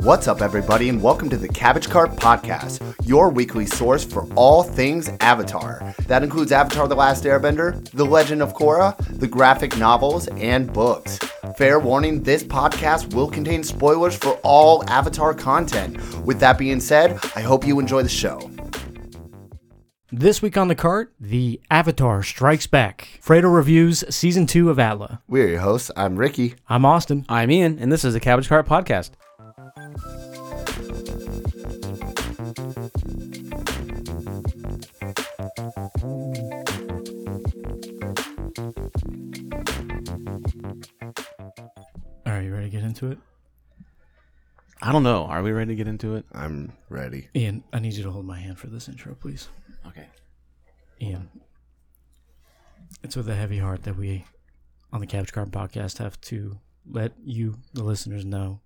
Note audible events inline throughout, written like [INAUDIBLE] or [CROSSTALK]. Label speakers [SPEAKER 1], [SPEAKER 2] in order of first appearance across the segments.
[SPEAKER 1] What's up, everybody, and welcome to the Cabbage Cart Podcast, your weekly source for all things Avatar. That includes Avatar The Last Airbender, The Legend of Korra, the graphic novels, and books. Fair warning this podcast will contain spoilers for all Avatar content. With that being said, I hope you enjoy the show.
[SPEAKER 2] This week on the cart, the Avatar Strikes Back. Fredo reviews season two of Atla.
[SPEAKER 1] We're your hosts. I'm Ricky.
[SPEAKER 2] I'm Austin.
[SPEAKER 3] I'm Ian, and this is the Cabbage Cart Podcast.
[SPEAKER 2] All right, you ready to get into it?
[SPEAKER 3] I don't know. Are we ready to get into it?
[SPEAKER 1] I'm ready.
[SPEAKER 2] Ian, I need you to hold my hand for this intro, please.
[SPEAKER 3] Okay.
[SPEAKER 2] Ian, it's with a heavy heart that we on the Cabbage Cart podcast have to let you, the listeners, know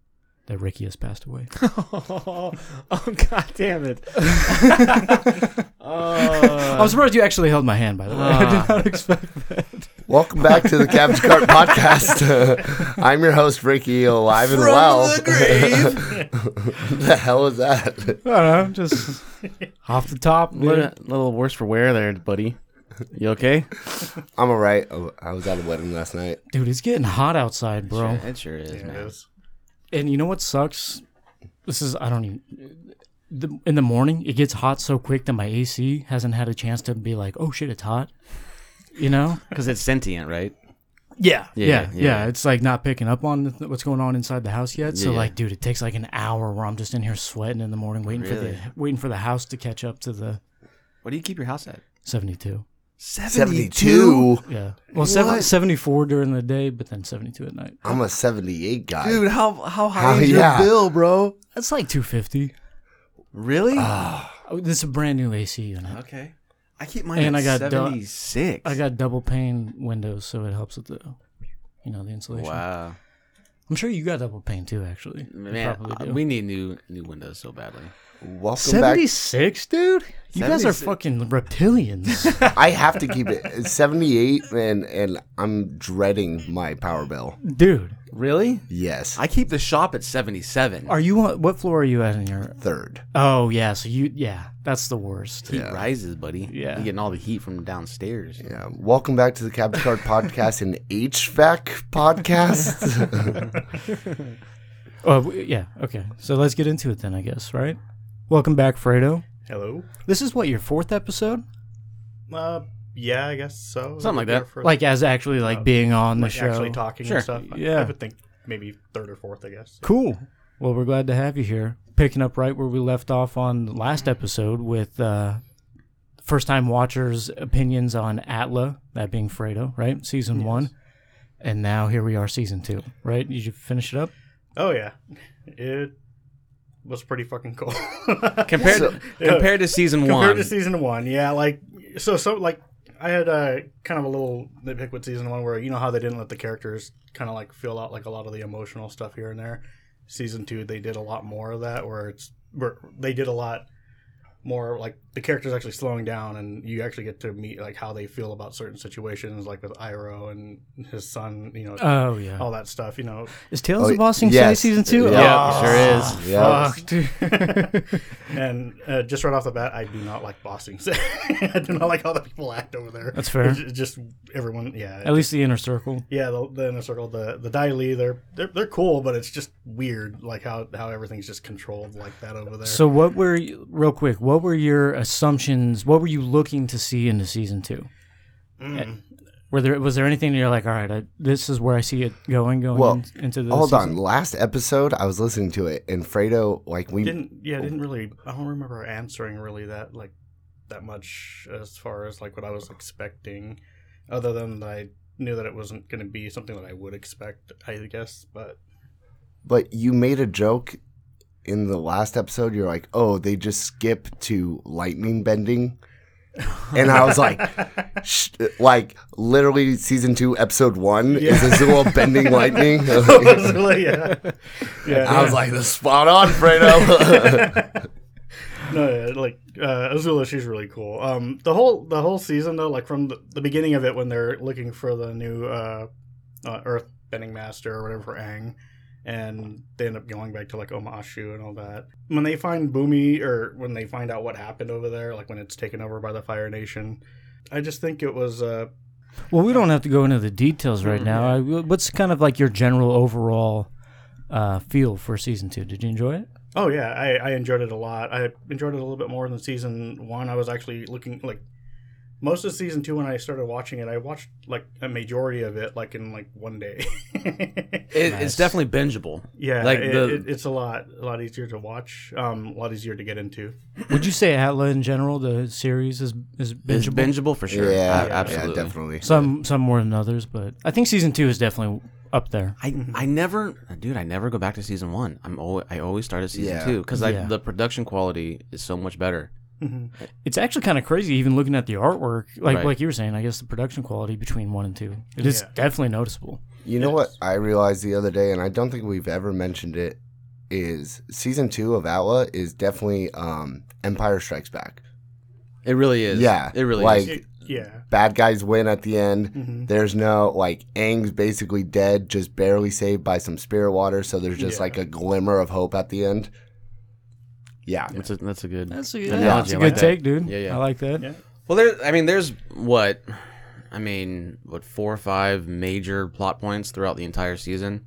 [SPEAKER 2] that Ricky has passed away.
[SPEAKER 3] [LAUGHS] Oh, oh God damn it.
[SPEAKER 2] [LAUGHS] I'm surprised you actually held my hand, by the way. [LAUGHS] I did not expect that.
[SPEAKER 1] Welcome back to the Cabbage [LAUGHS] Cart Podcast. I'm your host, Ricky, alive and well. [LAUGHS] the hell is that?
[SPEAKER 2] I don't know, just [LAUGHS] off the top.
[SPEAKER 3] A little, little worse for wear there, buddy. You okay?
[SPEAKER 1] I'm all right. Oh, I was at a wedding last night.
[SPEAKER 2] Dude, it's getting hot outside, bro.
[SPEAKER 3] It sure is, man.
[SPEAKER 2] and you know what sucks? This is I don't even. The, in the morning, it gets hot so quick that my AC hasn't had a chance to be like, "Oh shit, it's hot," you know?
[SPEAKER 3] Because it's sentient, right?
[SPEAKER 2] Yeah, yeah, yeah.
[SPEAKER 3] Yeah, yeah.
[SPEAKER 2] It's like not picking up on th- what's going on inside the house yet. So
[SPEAKER 3] Yeah, yeah.
[SPEAKER 2] like, dude, it takes like an hour where I'm just in here sweating in the morning, waiting for the
[SPEAKER 3] Really?
[SPEAKER 2] waiting for the house to catch up to the
[SPEAKER 3] What do you keep your house at?
[SPEAKER 2] 72.
[SPEAKER 1] 72.
[SPEAKER 2] Yeah, well, seven,
[SPEAKER 1] What?
[SPEAKER 2] 74 during the day, but then 72 at night.
[SPEAKER 1] I'm a 78 guy.
[SPEAKER 3] how how
[SPEAKER 1] How- is your yeah. bill,
[SPEAKER 3] bro?
[SPEAKER 2] That's like 250.
[SPEAKER 3] Really?
[SPEAKER 2] Oh, this is a brand new AC unit.
[SPEAKER 3] okay. I keep mine
[SPEAKER 2] And
[SPEAKER 3] at
[SPEAKER 2] I got done-
[SPEAKER 3] 76.
[SPEAKER 2] I got double pane windows, so it helps with the, you know, the insulation.
[SPEAKER 3] Wow.
[SPEAKER 2] I'm sure you got double pane too, actually. You
[SPEAKER 3] Man,
[SPEAKER 2] probably
[SPEAKER 3] uh,
[SPEAKER 2] do.
[SPEAKER 3] we need new new windows so badly.
[SPEAKER 1] Welcome
[SPEAKER 2] 76, dude? You guys are
[SPEAKER 3] 76.
[SPEAKER 2] fucking reptilians. [LAUGHS]
[SPEAKER 1] back. I have to keep it. It's 78, and, and I'm dreading my power bill.
[SPEAKER 2] dude,
[SPEAKER 3] Really?
[SPEAKER 1] Yes.
[SPEAKER 3] I keep the shop at 77.
[SPEAKER 2] are you on what floor are you at in your
[SPEAKER 1] Third.
[SPEAKER 2] Oh yeah, so you yeah, that's the worst.
[SPEAKER 3] heat rises, buddy.
[SPEAKER 2] Yeah.
[SPEAKER 3] You're getting all the heat from downstairs.
[SPEAKER 1] Yeah. Welcome back to the Cabbage Card Podcast and HVAC
[SPEAKER 2] [LAUGHS]
[SPEAKER 1] Podcast.
[SPEAKER 2] Oh w- yeah, okay. So let's get into it then, I guess, right? Welcome back, Fredo.
[SPEAKER 4] Hello.
[SPEAKER 2] This is what, your fourth episode?
[SPEAKER 4] Uh, yeah, I guess so.
[SPEAKER 3] Something like that.
[SPEAKER 4] For,
[SPEAKER 2] Like as actually like
[SPEAKER 3] Uh,
[SPEAKER 2] being on the
[SPEAKER 4] like,
[SPEAKER 2] show.
[SPEAKER 4] actually talking
[SPEAKER 3] Sure,
[SPEAKER 4] and stuff. I-
[SPEAKER 2] yeah.
[SPEAKER 4] I would think maybe third or fourth. I guess.
[SPEAKER 2] Cool. Well, we're glad to have you here. Picking up right where we left off on the last episode with uh, first time watchers' opinions on Atla, that being Fredo, right? Season one. And now here we are, season two, right? Did you finish it up?
[SPEAKER 4] Oh yeah, [LAUGHS] it was pretty fucking cool.
[SPEAKER 3] Compared
[SPEAKER 4] [LAUGHS]
[SPEAKER 3] compared to season
[SPEAKER 4] compared
[SPEAKER 3] one.
[SPEAKER 4] to season one, yeah, like so so like I had uh, kind of a little nitpick with season one where you know how they didn't let the characters kind of like feel out like a lot of the emotional stuff here and there. Season two, they did a lot more of that where it's where they did a lot more like the characters actually slowing down and you actually get to meet like how they feel about certain situations like with Iro and his son, you know,
[SPEAKER 2] Oh, yeah.
[SPEAKER 4] all that stuff, you know.
[SPEAKER 2] Is Tales
[SPEAKER 1] Oh,
[SPEAKER 2] of Bossing
[SPEAKER 1] yes.
[SPEAKER 2] season
[SPEAKER 1] Yeah.
[SPEAKER 2] two? Oh,
[SPEAKER 3] Yeah, sure is.
[SPEAKER 1] Yeah.
[SPEAKER 2] Fuck, dude.
[SPEAKER 4] [LAUGHS] And uh, just right off the bat, I do not like bossing. [LAUGHS] I do not like how the people act over there.
[SPEAKER 2] That's fair.
[SPEAKER 4] It's ju- just everyone, yeah.
[SPEAKER 2] At least the inner circle.
[SPEAKER 4] Yeah, the, the inner circle, the the Dai Li, they're, they're they're cool, but it's just weird, like how how everything's just controlled like that over there.
[SPEAKER 2] So, what were, you- real quick, what were your assumptions? What were you looking to see into season two? eh,
[SPEAKER 4] Mm.
[SPEAKER 2] Were there was there anything you're like, all right, I, this is where I see it going going
[SPEAKER 1] Well,
[SPEAKER 2] in- into the
[SPEAKER 1] Hold
[SPEAKER 2] season?
[SPEAKER 1] on. Last episode, I was listening to it, and Fredo, like, we.
[SPEAKER 4] didn't yeah,
[SPEAKER 2] oh.
[SPEAKER 4] didn't really. I don't remember answering really that like that much as far as like what I was expecting, other than I knew that it wasn't going to be something that I would expect, I guess. But [LAUGHS]
[SPEAKER 1] But you made a joke in the last episode. You're like, oh, they just skip to lightning bending. And I was
[SPEAKER 5] [LAUGHS]
[SPEAKER 1] like, sh- like literally season two, episode one is a Azula
[SPEAKER 5] [LAUGHS]
[SPEAKER 4] [LAUGHS]
[SPEAKER 1] bending lightning. [LAUGHS]
[SPEAKER 4] yeah, yeah.
[SPEAKER 1] I was like, this is spot on, Fredo. [LAUGHS]
[SPEAKER 4] [LAUGHS] no, yeah, like uh, Azula, she's really cool. Um, the whole the whole season though, like from the, the beginning of it when they're looking for the new uh, uh, Earth Bending Master or whatever for Aang, and they end up going back to like Omashu and all that. When they find Boomy, or when they find out what happened over there, like when it's taken over by the Fire Nation, I just think it was uh,
[SPEAKER 2] Well, we don't have to go into the details
[SPEAKER 4] Mm-hmm.
[SPEAKER 2] right now. I, what's kind of like your general overall uh, feel for season two? Did you enjoy it?
[SPEAKER 4] Oh yeah, I, I enjoyed it a lot. I enjoyed it a little bit more than season one. I was actually looking like most of season two when I started watching it. I watched like a majority of it like in like one day. [LAUGHS]
[SPEAKER 5] It, It's definitely bingeable.
[SPEAKER 4] yeah,
[SPEAKER 5] Like
[SPEAKER 4] it,
[SPEAKER 5] the-
[SPEAKER 4] it, it's a lot a lot easier to watch. Um, a lot easier to get into.
[SPEAKER 2] Would you say Atla in general, the series is is
[SPEAKER 5] It's
[SPEAKER 2] bingeable?
[SPEAKER 5] bingeable for
[SPEAKER 1] [LAUGHS]
[SPEAKER 5] [LAUGHS] sure.
[SPEAKER 4] Yeah,
[SPEAKER 5] A- absolutely.
[SPEAKER 1] Yeah, definitely.
[SPEAKER 2] some some more than others, but I think season two is definitely up there.
[SPEAKER 5] I, I never dude I never go back to season one I'm always, I always start at season
[SPEAKER 1] Yeah.
[SPEAKER 5] two because
[SPEAKER 2] Yeah.
[SPEAKER 5] the production quality is so much better
[SPEAKER 2] It's actually kind of crazy, even looking at the artwork. Like
[SPEAKER 5] Right.
[SPEAKER 2] like you were saying, I guess the production quality between one and two, it is
[SPEAKER 4] Yeah.
[SPEAKER 2] definitely noticeable.
[SPEAKER 1] You know what I realized the other day, and I don't think we've ever mentioned it, is season two of Outlaw is definitely um, Empire Strikes Back.
[SPEAKER 5] it really is
[SPEAKER 1] Yeah,
[SPEAKER 5] it really
[SPEAKER 1] like-
[SPEAKER 5] is
[SPEAKER 4] It- yeah,
[SPEAKER 1] Bad guys win at the end.
[SPEAKER 4] Mhm.
[SPEAKER 1] There's no like Aang's basically dead, just barely saved by some spirit water, so there's just
[SPEAKER 4] Yeah.
[SPEAKER 1] like a glimmer of hope at the end. Yeah.
[SPEAKER 5] that's a, that's a good
[SPEAKER 2] That's a,
[SPEAKER 5] analogy.
[SPEAKER 2] that's a
[SPEAKER 5] I
[SPEAKER 2] good
[SPEAKER 5] like that.
[SPEAKER 2] take, dude.
[SPEAKER 5] Yeah, yeah.
[SPEAKER 2] I like that.
[SPEAKER 4] Yeah.
[SPEAKER 5] well there I mean there's what I mean what four or five major plot points throughout the entire season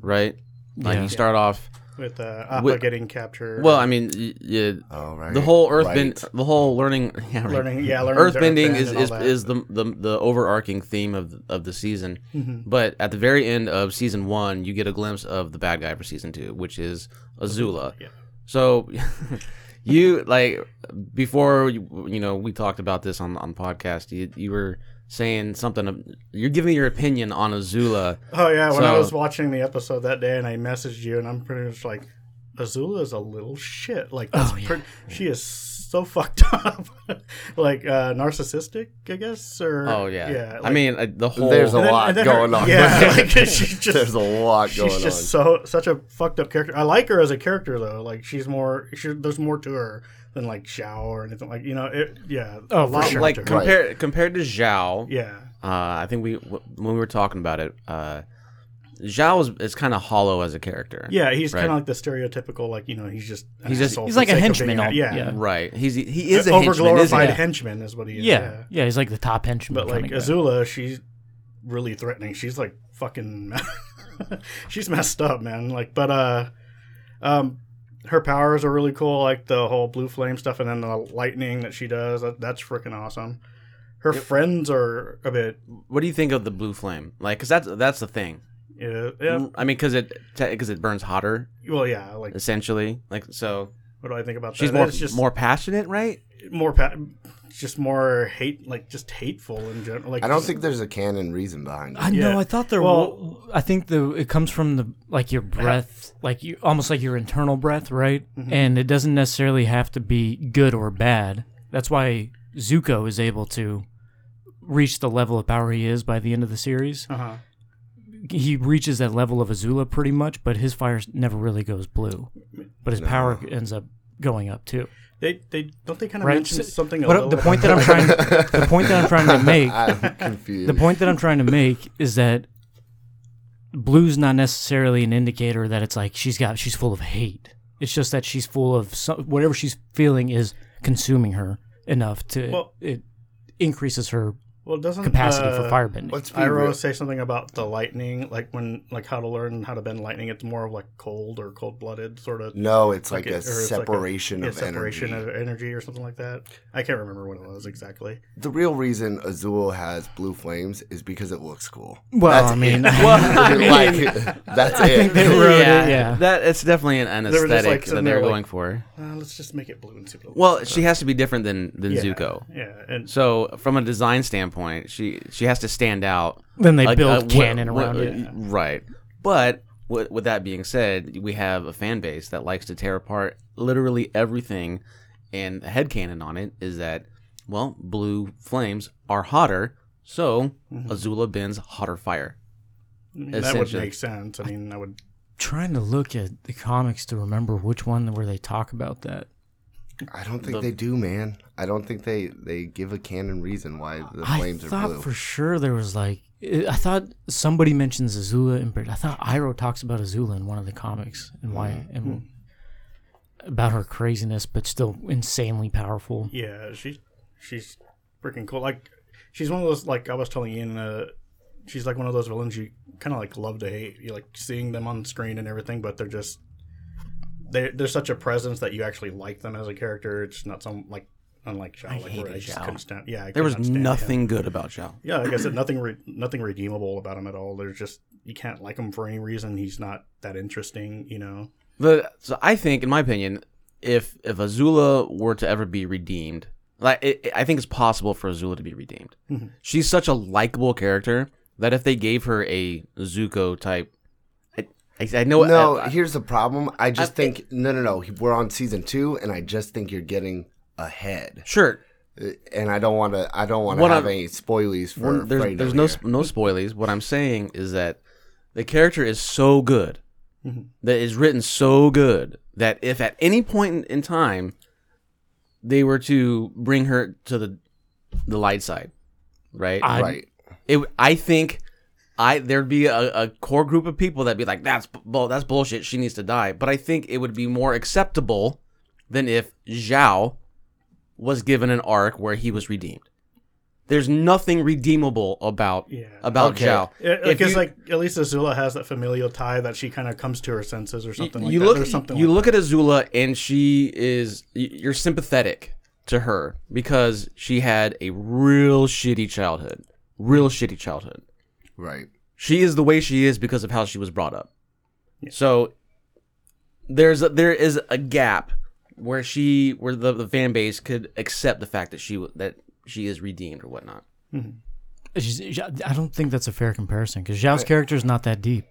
[SPEAKER 5] right like
[SPEAKER 2] Yeah.
[SPEAKER 5] you start off
[SPEAKER 4] with uh, Appa
[SPEAKER 5] Wi-
[SPEAKER 4] getting captured.
[SPEAKER 5] well I mean y- you,
[SPEAKER 1] Oh right.
[SPEAKER 5] the whole earth
[SPEAKER 1] Right.
[SPEAKER 5] bend, the whole learning [LAUGHS] yeah, right.
[SPEAKER 4] learning, yeah, learning to
[SPEAKER 5] earthbending
[SPEAKER 4] earthbend
[SPEAKER 5] is
[SPEAKER 4] and all
[SPEAKER 5] is,
[SPEAKER 4] that.
[SPEAKER 5] is the, the the overarching theme of of the season.
[SPEAKER 4] Mhm.
[SPEAKER 5] But at the very end of season one, you get a glimpse of the bad guy for season two, which is Azula.
[SPEAKER 4] Yeah.
[SPEAKER 5] So [LAUGHS] you like before you, you know we talked about this on on podcast. You you were saying something. You're giving your opinion on Azula.
[SPEAKER 4] Oh yeah, when I
[SPEAKER 5] So-
[SPEAKER 4] was watching the episode that day and I messaged you and I'm pretty much like Azula is a little shit. Like that's
[SPEAKER 2] Oh, yeah.
[SPEAKER 4] pret- she is so [LAUGHS] fucked up. like uh narcissistic, I guess or
[SPEAKER 5] Oh yeah.
[SPEAKER 4] Yeah.
[SPEAKER 5] I
[SPEAKER 4] like-
[SPEAKER 5] mean uh, the whole.
[SPEAKER 1] There's a
[SPEAKER 4] and then-
[SPEAKER 1] lot
[SPEAKER 4] and then her-
[SPEAKER 1] going on. [LAUGHS]
[SPEAKER 4] Yeah, [LAUGHS] like she's just
[SPEAKER 1] there's a lot
[SPEAKER 4] she's
[SPEAKER 1] going on.
[SPEAKER 4] just so such a fucked up character. I like her as a character though. Like she's more she, there's more to her than like Xiao or anything like you know, it yeah.
[SPEAKER 2] Oh,
[SPEAKER 4] a
[SPEAKER 2] for
[SPEAKER 4] lot
[SPEAKER 2] sure.
[SPEAKER 4] more
[SPEAKER 5] like
[SPEAKER 4] to her.
[SPEAKER 5] compared compared to Zhao,
[SPEAKER 4] Yeah.
[SPEAKER 5] Uh, I think we w- when we were talking about it, uh, Zhao is, is kind of hollow as a character.
[SPEAKER 4] Yeah, he's
[SPEAKER 5] Right.
[SPEAKER 4] kind of like the stereotypical, like you know, he's just an
[SPEAKER 5] He's just-
[SPEAKER 4] asshole
[SPEAKER 2] he's
[SPEAKER 4] for
[SPEAKER 2] like a
[SPEAKER 4] sake of
[SPEAKER 2] henchman
[SPEAKER 4] being a-
[SPEAKER 2] all-
[SPEAKER 4] Yeah,
[SPEAKER 2] yeah.
[SPEAKER 5] right. He's he is a henchman, isn't
[SPEAKER 4] Uh, overglorified
[SPEAKER 5] he?
[SPEAKER 4] henchman is what he
[SPEAKER 2] Yeah.
[SPEAKER 4] is.
[SPEAKER 2] yeah, he's like the top henchman.
[SPEAKER 4] But like
[SPEAKER 2] kinda guy.
[SPEAKER 4] Azula, she's really threatening. She's like fucking [LAUGHS] she's messed up, man. Like but uh um her powers are really cool, like the whole blue flame stuff and then the lightning that she does. That, that's freaking awesome. Her friends are a bit
[SPEAKER 5] What do you think of the blue flame? Like, cause that's that's the thing.
[SPEAKER 4] yeah,
[SPEAKER 2] Mm.
[SPEAKER 4] yeah.
[SPEAKER 5] I mean, cause it because it burns hotter
[SPEAKER 4] Well, yeah. Like,
[SPEAKER 5] essentially. Like, so
[SPEAKER 4] what do I think about
[SPEAKER 5] she's
[SPEAKER 4] that?
[SPEAKER 5] more
[SPEAKER 4] It's just
[SPEAKER 5] more passionate, right?
[SPEAKER 4] more, pa- just more hate, like just hateful in general. Like,
[SPEAKER 1] I don't
[SPEAKER 4] just-
[SPEAKER 1] think there's a canon reason behind it.
[SPEAKER 2] I
[SPEAKER 4] Yeah.
[SPEAKER 2] know. I thought there.
[SPEAKER 4] Well-
[SPEAKER 2] Well, I think the it comes from the like your breath, like you almost like your internal breath, right? And it doesn't necessarily have to be good or bad. That's why Zuko is able to reach the level of power he is by the end of the series.
[SPEAKER 4] Uh-huh.
[SPEAKER 2] He reaches that level of Azula pretty much, but his fire never really goes blue, but his power ends up going up too.
[SPEAKER 4] They they don't they kind of
[SPEAKER 2] Right?
[SPEAKER 4] mention
[SPEAKER 2] So-
[SPEAKER 4] something. a
[SPEAKER 2] But uh,
[SPEAKER 4] little
[SPEAKER 2] the
[SPEAKER 4] bit
[SPEAKER 2] point that I'm trying, the point that I'm trying to make
[SPEAKER 1] [LAUGHS] I'm confused.
[SPEAKER 2] the point that I'm trying to make is that blue's not necessarily an indicator that it's like she's got she's full of hate. It's just that she's full of some, whatever she's feeling is consuming her enough to
[SPEAKER 4] Well-
[SPEAKER 2] it increases her
[SPEAKER 4] well, doesn't
[SPEAKER 2] capacity
[SPEAKER 4] uh,
[SPEAKER 2] for firebending.
[SPEAKER 1] Let's be
[SPEAKER 4] Iroh
[SPEAKER 1] real.
[SPEAKER 4] say something about the lightning, like when like how to learn how to bend lightning. It's more of like cold or cold blooded sort of.
[SPEAKER 1] No, it's
[SPEAKER 4] Like
[SPEAKER 1] like,
[SPEAKER 4] it-
[SPEAKER 1] a
[SPEAKER 4] or it's like a-
[SPEAKER 1] separation
[SPEAKER 4] yeah,
[SPEAKER 1] of
[SPEAKER 4] separation
[SPEAKER 1] energy.
[SPEAKER 4] of energy or something like that. I can't remember what it was exactly.
[SPEAKER 1] the real reason Azul has blue flames is because it looks cool.
[SPEAKER 2] Well,
[SPEAKER 1] that's
[SPEAKER 2] I [LAUGHS]
[SPEAKER 1] it.
[SPEAKER 2] mean-
[SPEAKER 1] [LAUGHS]
[SPEAKER 5] Well, I
[SPEAKER 1] Like, that's it.
[SPEAKER 2] they wrote it,
[SPEAKER 5] [LAUGHS] yeah,
[SPEAKER 2] yeah.
[SPEAKER 5] That it's definitely an, an
[SPEAKER 4] They were just,
[SPEAKER 5] aesthetic
[SPEAKER 4] like,
[SPEAKER 5] that
[SPEAKER 4] sitting
[SPEAKER 5] they're
[SPEAKER 4] there, like-
[SPEAKER 5] going for.
[SPEAKER 4] Uh, let's just make it blue and see. what it
[SPEAKER 5] Well, she has to be different than than
[SPEAKER 4] looks like.
[SPEAKER 5] Zuko.
[SPEAKER 4] Yeah, and
[SPEAKER 5] So from a design standpoint, she she has to stand out.
[SPEAKER 2] then they
[SPEAKER 5] Like,
[SPEAKER 2] build
[SPEAKER 5] uh, wh-
[SPEAKER 2] canon
[SPEAKER 5] wh-
[SPEAKER 2] around
[SPEAKER 5] uh,
[SPEAKER 2] it.
[SPEAKER 5] Right. But with, with that being said, we have a fan base that likes to tear apart literally everything. And the headcanon on it is that, well, blue flames are hotter, so
[SPEAKER 2] Mm-hmm.
[SPEAKER 5] Azula bends hotter fire.
[SPEAKER 4] I mean, that would
[SPEAKER 5] essentially.
[SPEAKER 4] make sense. I mean, I would.
[SPEAKER 2] Trying to look at the comics to remember which one where they talk about that.
[SPEAKER 1] I don't think
[SPEAKER 5] The-
[SPEAKER 1] they do, man. I don't think they they give a canon reason why the
[SPEAKER 2] I
[SPEAKER 1] flames are
[SPEAKER 2] thought
[SPEAKER 1] blue.
[SPEAKER 2] for sure there was like I thought somebody mentions Azula in I thought Iroh talks about Azula in one of the comics and why
[SPEAKER 4] Mm-hmm.
[SPEAKER 2] and about her craziness, but still insanely powerful.
[SPEAKER 4] Yeah, she's she's freaking cool. Like she's one of those like I was telling Ian, uh, she's like one of those villains you kind of like love to hate. You like seeing them on screen and everything, but they're just they they're such a presence that you actually like them as a character. It's not some like unlike Shao, like where
[SPEAKER 5] hated
[SPEAKER 4] I just
[SPEAKER 5] Zhao.
[SPEAKER 4] couldn't stand. Yeah, I
[SPEAKER 5] There
[SPEAKER 4] could
[SPEAKER 5] was
[SPEAKER 4] not stand him.
[SPEAKER 5] nothing good about Zhao.
[SPEAKER 4] Yeah, like I said, nothing re- nothing redeemable about him at all. There's just you can't like him for any reason. He's not that interesting, you know.
[SPEAKER 5] The so I think, in my opinion, if if Azula were to ever be redeemed, like it, it- I think it's possible for Azula to be redeemed.
[SPEAKER 1] Mm-hmm.
[SPEAKER 5] She's such a likable character that if they gave her a Zuko type, I, I, I know uh,
[SPEAKER 1] no,
[SPEAKER 5] I-
[SPEAKER 1] here's the problem. I just
[SPEAKER 5] I-
[SPEAKER 1] think no, no, no. We're on season two, and I just think you're getting ahead. Uh,
[SPEAKER 5] sure,
[SPEAKER 1] And I don't want to. I don't want to
[SPEAKER 5] What
[SPEAKER 1] have
[SPEAKER 5] I'm-
[SPEAKER 1] any spoilies for.
[SPEAKER 5] We're- there's,
[SPEAKER 1] Fredo
[SPEAKER 5] there's no
[SPEAKER 1] here.
[SPEAKER 5] sp- no spoilies. What I'm saying is that the character is so good,
[SPEAKER 1] Mm-hmm.
[SPEAKER 5] that is written so good that if at any point in, in time they were to bring her to the the light side, right?
[SPEAKER 2] I-
[SPEAKER 1] right.
[SPEAKER 5] it, I think I there'd be a, a core group of people that'd be like, that's bu- bull, that's bullshit. She needs to die. But I think it would be more acceptable than if Zhao was given an arc where he was redeemed. There's nothing redeemable about
[SPEAKER 4] Yeah.
[SPEAKER 5] about
[SPEAKER 1] Okay.
[SPEAKER 5] Zhao.
[SPEAKER 4] Yeah,
[SPEAKER 5] If
[SPEAKER 4] like it's
[SPEAKER 5] you-
[SPEAKER 4] Uh, like at least Azula has that familial tie that she kind of comes to her senses or something like
[SPEAKER 5] you
[SPEAKER 4] that.
[SPEAKER 5] look
[SPEAKER 4] There's something
[SPEAKER 5] you
[SPEAKER 4] like
[SPEAKER 5] look at Azula and she is y- you're sympathetic to her because she had a real shitty childhood. Real shitty childhood.
[SPEAKER 1] Right.
[SPEAKER 5] she is the way she is because of how she was brought up. So there's a, there is a gap where she where the, the fan base could accept the fact that she w- that she is redeemed or whatnot.
[SPEAKER 2] She's, I don't think that's a fair comparison because Zhao's character is not that deep.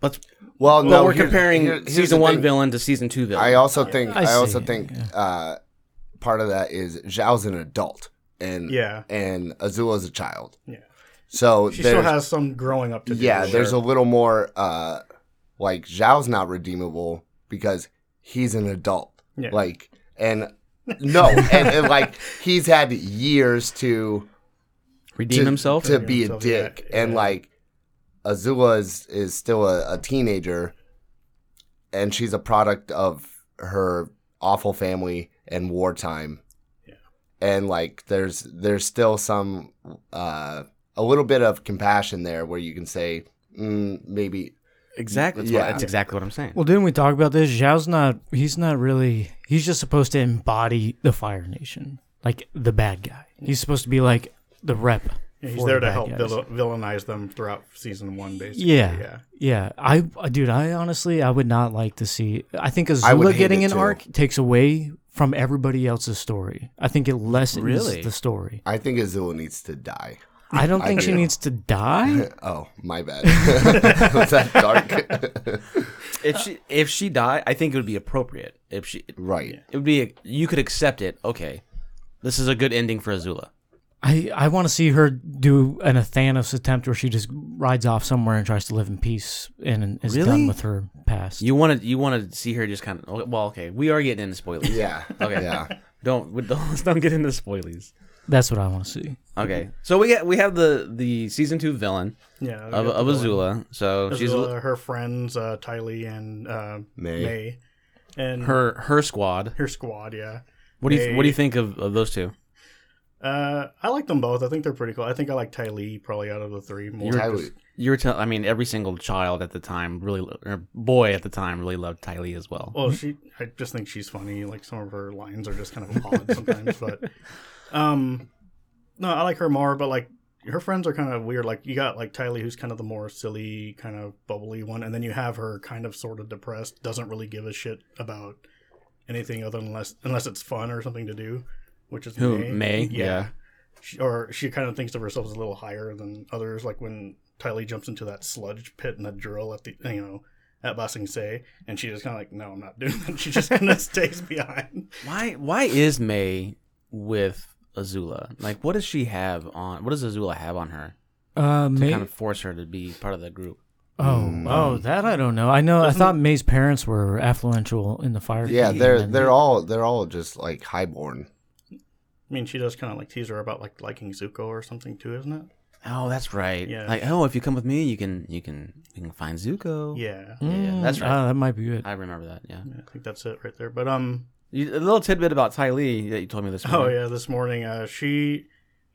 [SPEAKER 5] But,
[SPEAKER 1] Well,
[SPEAKER 5] but
[SPEAKER 1] no.
[SPEAKER 5] we're
[SPEAKER 1] here-
[SPEAKER 5] comparing
[SPEAKER 1] here- here's the
[SPEAKER 5] season one
[SPEAKER 1] thing.
[SPEAKER 5] villain to season two villain.
[SPEAKER 1] I also think.
[SPEAKER 2] I
[SPEAKER 1] I, also
[SPEAKER 2] see,
[SPEAKER 1] think. Uh, part of that is Zhao's an adult, and
[SPEAKER 4] Yeah.
[SPEAKER 1] and Azula's a child.
[SPEAKER 4] Yeah.
[SPEAKER 1] So
[SPEAKER 4] she still
[SPEAKER 1] there's-
[SPEAKER 4] has some growing up to do.
[SPEAKER 1] Yeah, there's a little more uh like Zhao's not redeemable because he's an adult.
[SPEAKER 4] Yeah.
[SPEAKER 1] Like and no, and, and like he's had years to
[SPEAKER 5] redeem
[SPEAKER 1] to,
[SPEAKER 5] himself.
[SPEAKER 1] to be a
[SPEAKER 4] himself, yeah,
[SPEAKER 1] dick. And
[SPEAKER 4] yeah.
[SPEAKER 1] like Azula is, is still a, a teenager and she's a product of her awful family and wartime. And like there's there's still some uh a little bit of compassion there where you can say mm, maybe
[SPEAKER 5] exactly. That's,
[SPEAKER 1] Yeah.
[SPEAKER 5] what, that's exactly what I'm saying.
[SPEAKER 2] Well, didn't we talk about this? Zhao's not. He's not really. He's just supposed to embody the Fire Nation, like the bad guy. He's supposed to be like the rep.
[SPEAKER 4] Yeah, he's
[SPEAKER 2] for
[SPEAKER 4] there
[SPEAKER 2] the
[SPEAKER 4] to
[SPEAKER 2] bad
[SPEAKER 4] help
[SPEAKER 2] guys.
[SPEAKER 4] vil- villainize them throughout season one, basically.
[SPEAKER 2] Yeah,
[SPEAKER 4] yeah.
[SPEAKER 2] yeah, I, I- dude, I honestly, I would not like to see. I think
[SPEAKER 1] I would
[SPEAKER 2] Azula
[SPEAKER 1] hate
[SPEAKER 2] getting
[SPEAKER 1] it
[SPEAKER 2] an
[SPEAKER 1] too.
[SPEAKER 2] arc takes away from everybody else's story. I think it lessens
[SPEAKER 5] Really?
[SPEAKER 2] the story.
[SPEAKER 1] I think Azula needs to die.
[SPEAKER 2] I
[SPEAKER 1] [LAUGHS]
[SPEAKER 2] don't
[SPEAKER 1] I
[SPEAKER 2] think she
[SPEAKER 1] do.
[SPEAKER 2] needs
[SPEAKER 1] [LAUGHS]
[SPEAKER 2] to die.
[SPEAKER 1] Oh, my bad. Was that
[SPEAKER 4] [LAUGHS]
[SPEAKER 1] dark?
[SPEAKER 5] if she if she died, I think it would be appropriate. If she
[SPEAKER 1] right.
[SPEAKER 5] it would be a, you could accept it. Okay, this is a good ending for Azula.
[SPEAKER 2] I, I want to see her do an Athanos attempt where she just rides off somewhere and tries to live in peace and is
[SPEAKER 5] Really?
[SPEAKER 2] done with her past.
[SPEAKER 5] You want to you want to see her just kind of well okay we are getting into spoilers
[SPEAKER 1] Yeah.
[SPEAKER 5] okay
[SPEAKER 1] Yeah.
[SPEAKER 5] don't [LAUGHS] we don't let's don't get into spoilies
[SPEAKER 2] That's what I want to see.
[SPEAKER 5] okay so we get we have the the season two villain
[SPEAKER 4] Yeah,
[SPEAKER 5] of,
[SPEAKER 4] yeah,
[SPEAKER 5] of
[SPEAKER 4] the
[SPEAKER 5] Azula so
[SPEAKER 4] villain.
[SPEAKER 5] she's
[SPEAKER 4] Azula, her friends, uh, Tylee and uh,
[SPEAKER 1] May.
[SPEAKER 4] May. and her
[SPEAKER 5] her her squad
[SPEAKER 4] her squad. Yeah,
[SPEAKER 5] what do you
[SPEAKER 4] They-
[SPEAKER 5] what do you think of, of those two
[SPEAKER 4] uh, I like them both. I think they're pretty cool. I think I like Tylee probably out of the three more.
[SPEAKER 1] Ty-
[SPEAKER 4] just-
[SPEAKER 5] you were tell I mean every single child at the time really lo- or boy at the time really loved Tylee as well
[SPEAKER 4] Well, she. I just think she's funny. Like some of her lines are just kind of odd sometimes,
[SPEAKER 5] [LAUGHS]
[SPEAKER 4] but um, no, I like her more. But like her friends are kind of weird. Like you got like Tylee, who's kind of the more silly, kind of bubbly one, and then you have her kind of sort of depressed, doesn't really give a shit about anything other than unless unless it's fun or something to do, which is
[SPEAKER 5] who
[SPEAKER 4] May.
[SPEAKER 5] May yeah,
[SPEAKER 4] She, or she kind of thinks of herself as a little higher than others. Like when Tylee jumps into that sludge pit in the drill at the you know at Bossing Say, and she just kind of like, no, I'm not doing that. [LAUGHS] She just kind of stays behind.
[SPEAKER 5] why why is May with Azula like what does she have on what does Azula have on her
[SPEAKER 2] Uh,
[SPEAKER 5] to
[SPEAKER 2] May,
[SPEAKER 5] kind of force her to be part of the group
[SPEAKER 2] Oh, oh,
[SPEAKER 1] Hmm.
[SPEAKER 2] that I don't know. I know. I thought May's parents were affluential in the fire.
[SPEAKER 1] Yeah,
[SPEAKER 2] team,
[SPEAKER 1] they're
[SPEAKER 2] and-
[SPEAKER 4] [LAUGHS]
[SPEAKER 1] they're all they're all just like highborn.
[SPEAKER 4] I mean, she does kind of like tease her about like liking Zuko or something too, isn't it?
[SPEAKER 5] Oh, that's right.
[SPEAKER 4] Yeah.
[SPEAKER 5] Like, oh, if you come with me, you can you can you can find Zuko.
[SPEAKER 4] Yeah,
[SPEAKER 5] Yeah, yeah, that's
[SPEAKER 2] Mm,
[SPEAKER 5] right.
[SPEAKER 2] ah, that might be it.
[SPEAKER 5] I remember that. Yeah.
[SPEAKER 4] Yeah, I think that's it right there. But um,
[SPEAKER 5] You, a little tidbit about Ty Lee that you told me this
[SPEAKER 4] oh
[SPEAKER 5] morning.
[SPEAKER 4] yeah, this morning uh, she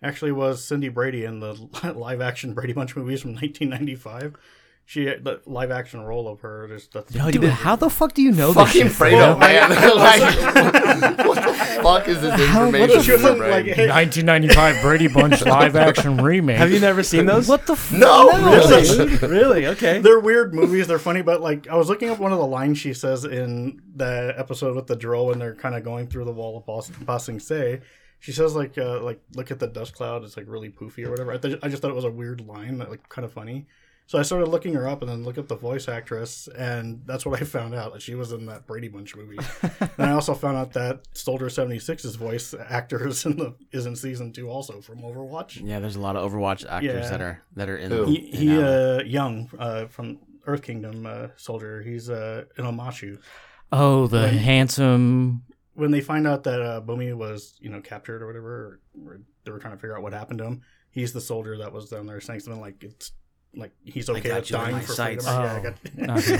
[SPEAKER 4] actually was Cindy Brady in the [LAUGHS] live action Brady Bunch movies from 1995. She had the live action role of her. Just that's
[SPEAKER 2] Dude, how the fuck do you know this
[SPEAKER 1] Fucking
[SPEAKER 2] shit,
[SPEAKER 1] Fredo, man. [LAUGHS] like, what the fuck is this
[SPEAKER 2] How- what
[SPEAKER 1] information?
[SPEAKER 2] the
[SPEAKER 1] in your
[SPEAKER 4] fuck,
[SPEAKER 1] brain?
[SPEAKER 4] [LAUGHS] like, hey,
[SPEAKER 2] 1995 Brady [LAUGHS] Bunch live action remake.
[SPEAKER 5] Have you never seen those?
[SPEAKER 2] [LAUGHS] What the fuck?
[SPEAKER 1] no, really?
[SPEAKER 5] really? really? Okay.
[SPEAKER 4] they're weird movies. They're funny, but like I was looking up one of the lines she says in the episode with the drill when they're kind of going through the wall of Bos- Bossing Say. She says like uh, like look at the dust cloud. It's like really poofy or whatever. I, th- I just thought it was a weird line that like kind of funny. So I started looking her up and then look up the voice actress, and that's what I [LAUGHS] found out that she was in that Brady Bunch movie. and I also found out that Soldier 76's voice actor is in the is in season two also from Overwatch.
[SPEAKER 5] Yeah, there's a lot of Overwatch actors
[SPEAKER 4] Yeah.
[SPEAKER 5] that are that are in.
[SPEAKER 1] Who?
[SPEAKER 4] He,
[SPEAKER 5] in
[SPEAKER 4] he
[SPEAKER 5] Allen.
[SPEAKER 4] uh, Young uh, from Earth Kingdom uh, soldier. He's uh, an Omashu.
[SPEAKER 2] Oh, the handsome.
[SPEAKER 4] When they find out that uh, Bumi was you know captured or whatever, or, or they were trying to figure out what happened to him, he's the soldier that was down there saying something like it's like he's okay
[SPEAKER 5] got
[SPEAKER 4] with
[SPEAKER 5] you in
[SPEAKER 4] dying
[SPEAKER 5] my
[SPEAKER 4] for
[SPEAKER 5] sights.
[SPEAKER 4] freedom.
[SPEAKER 2] Oh,
[SPEAKER 4] [LAUGHS] yeah,
[SPEAKER 2] not
[SPEAKER 4] I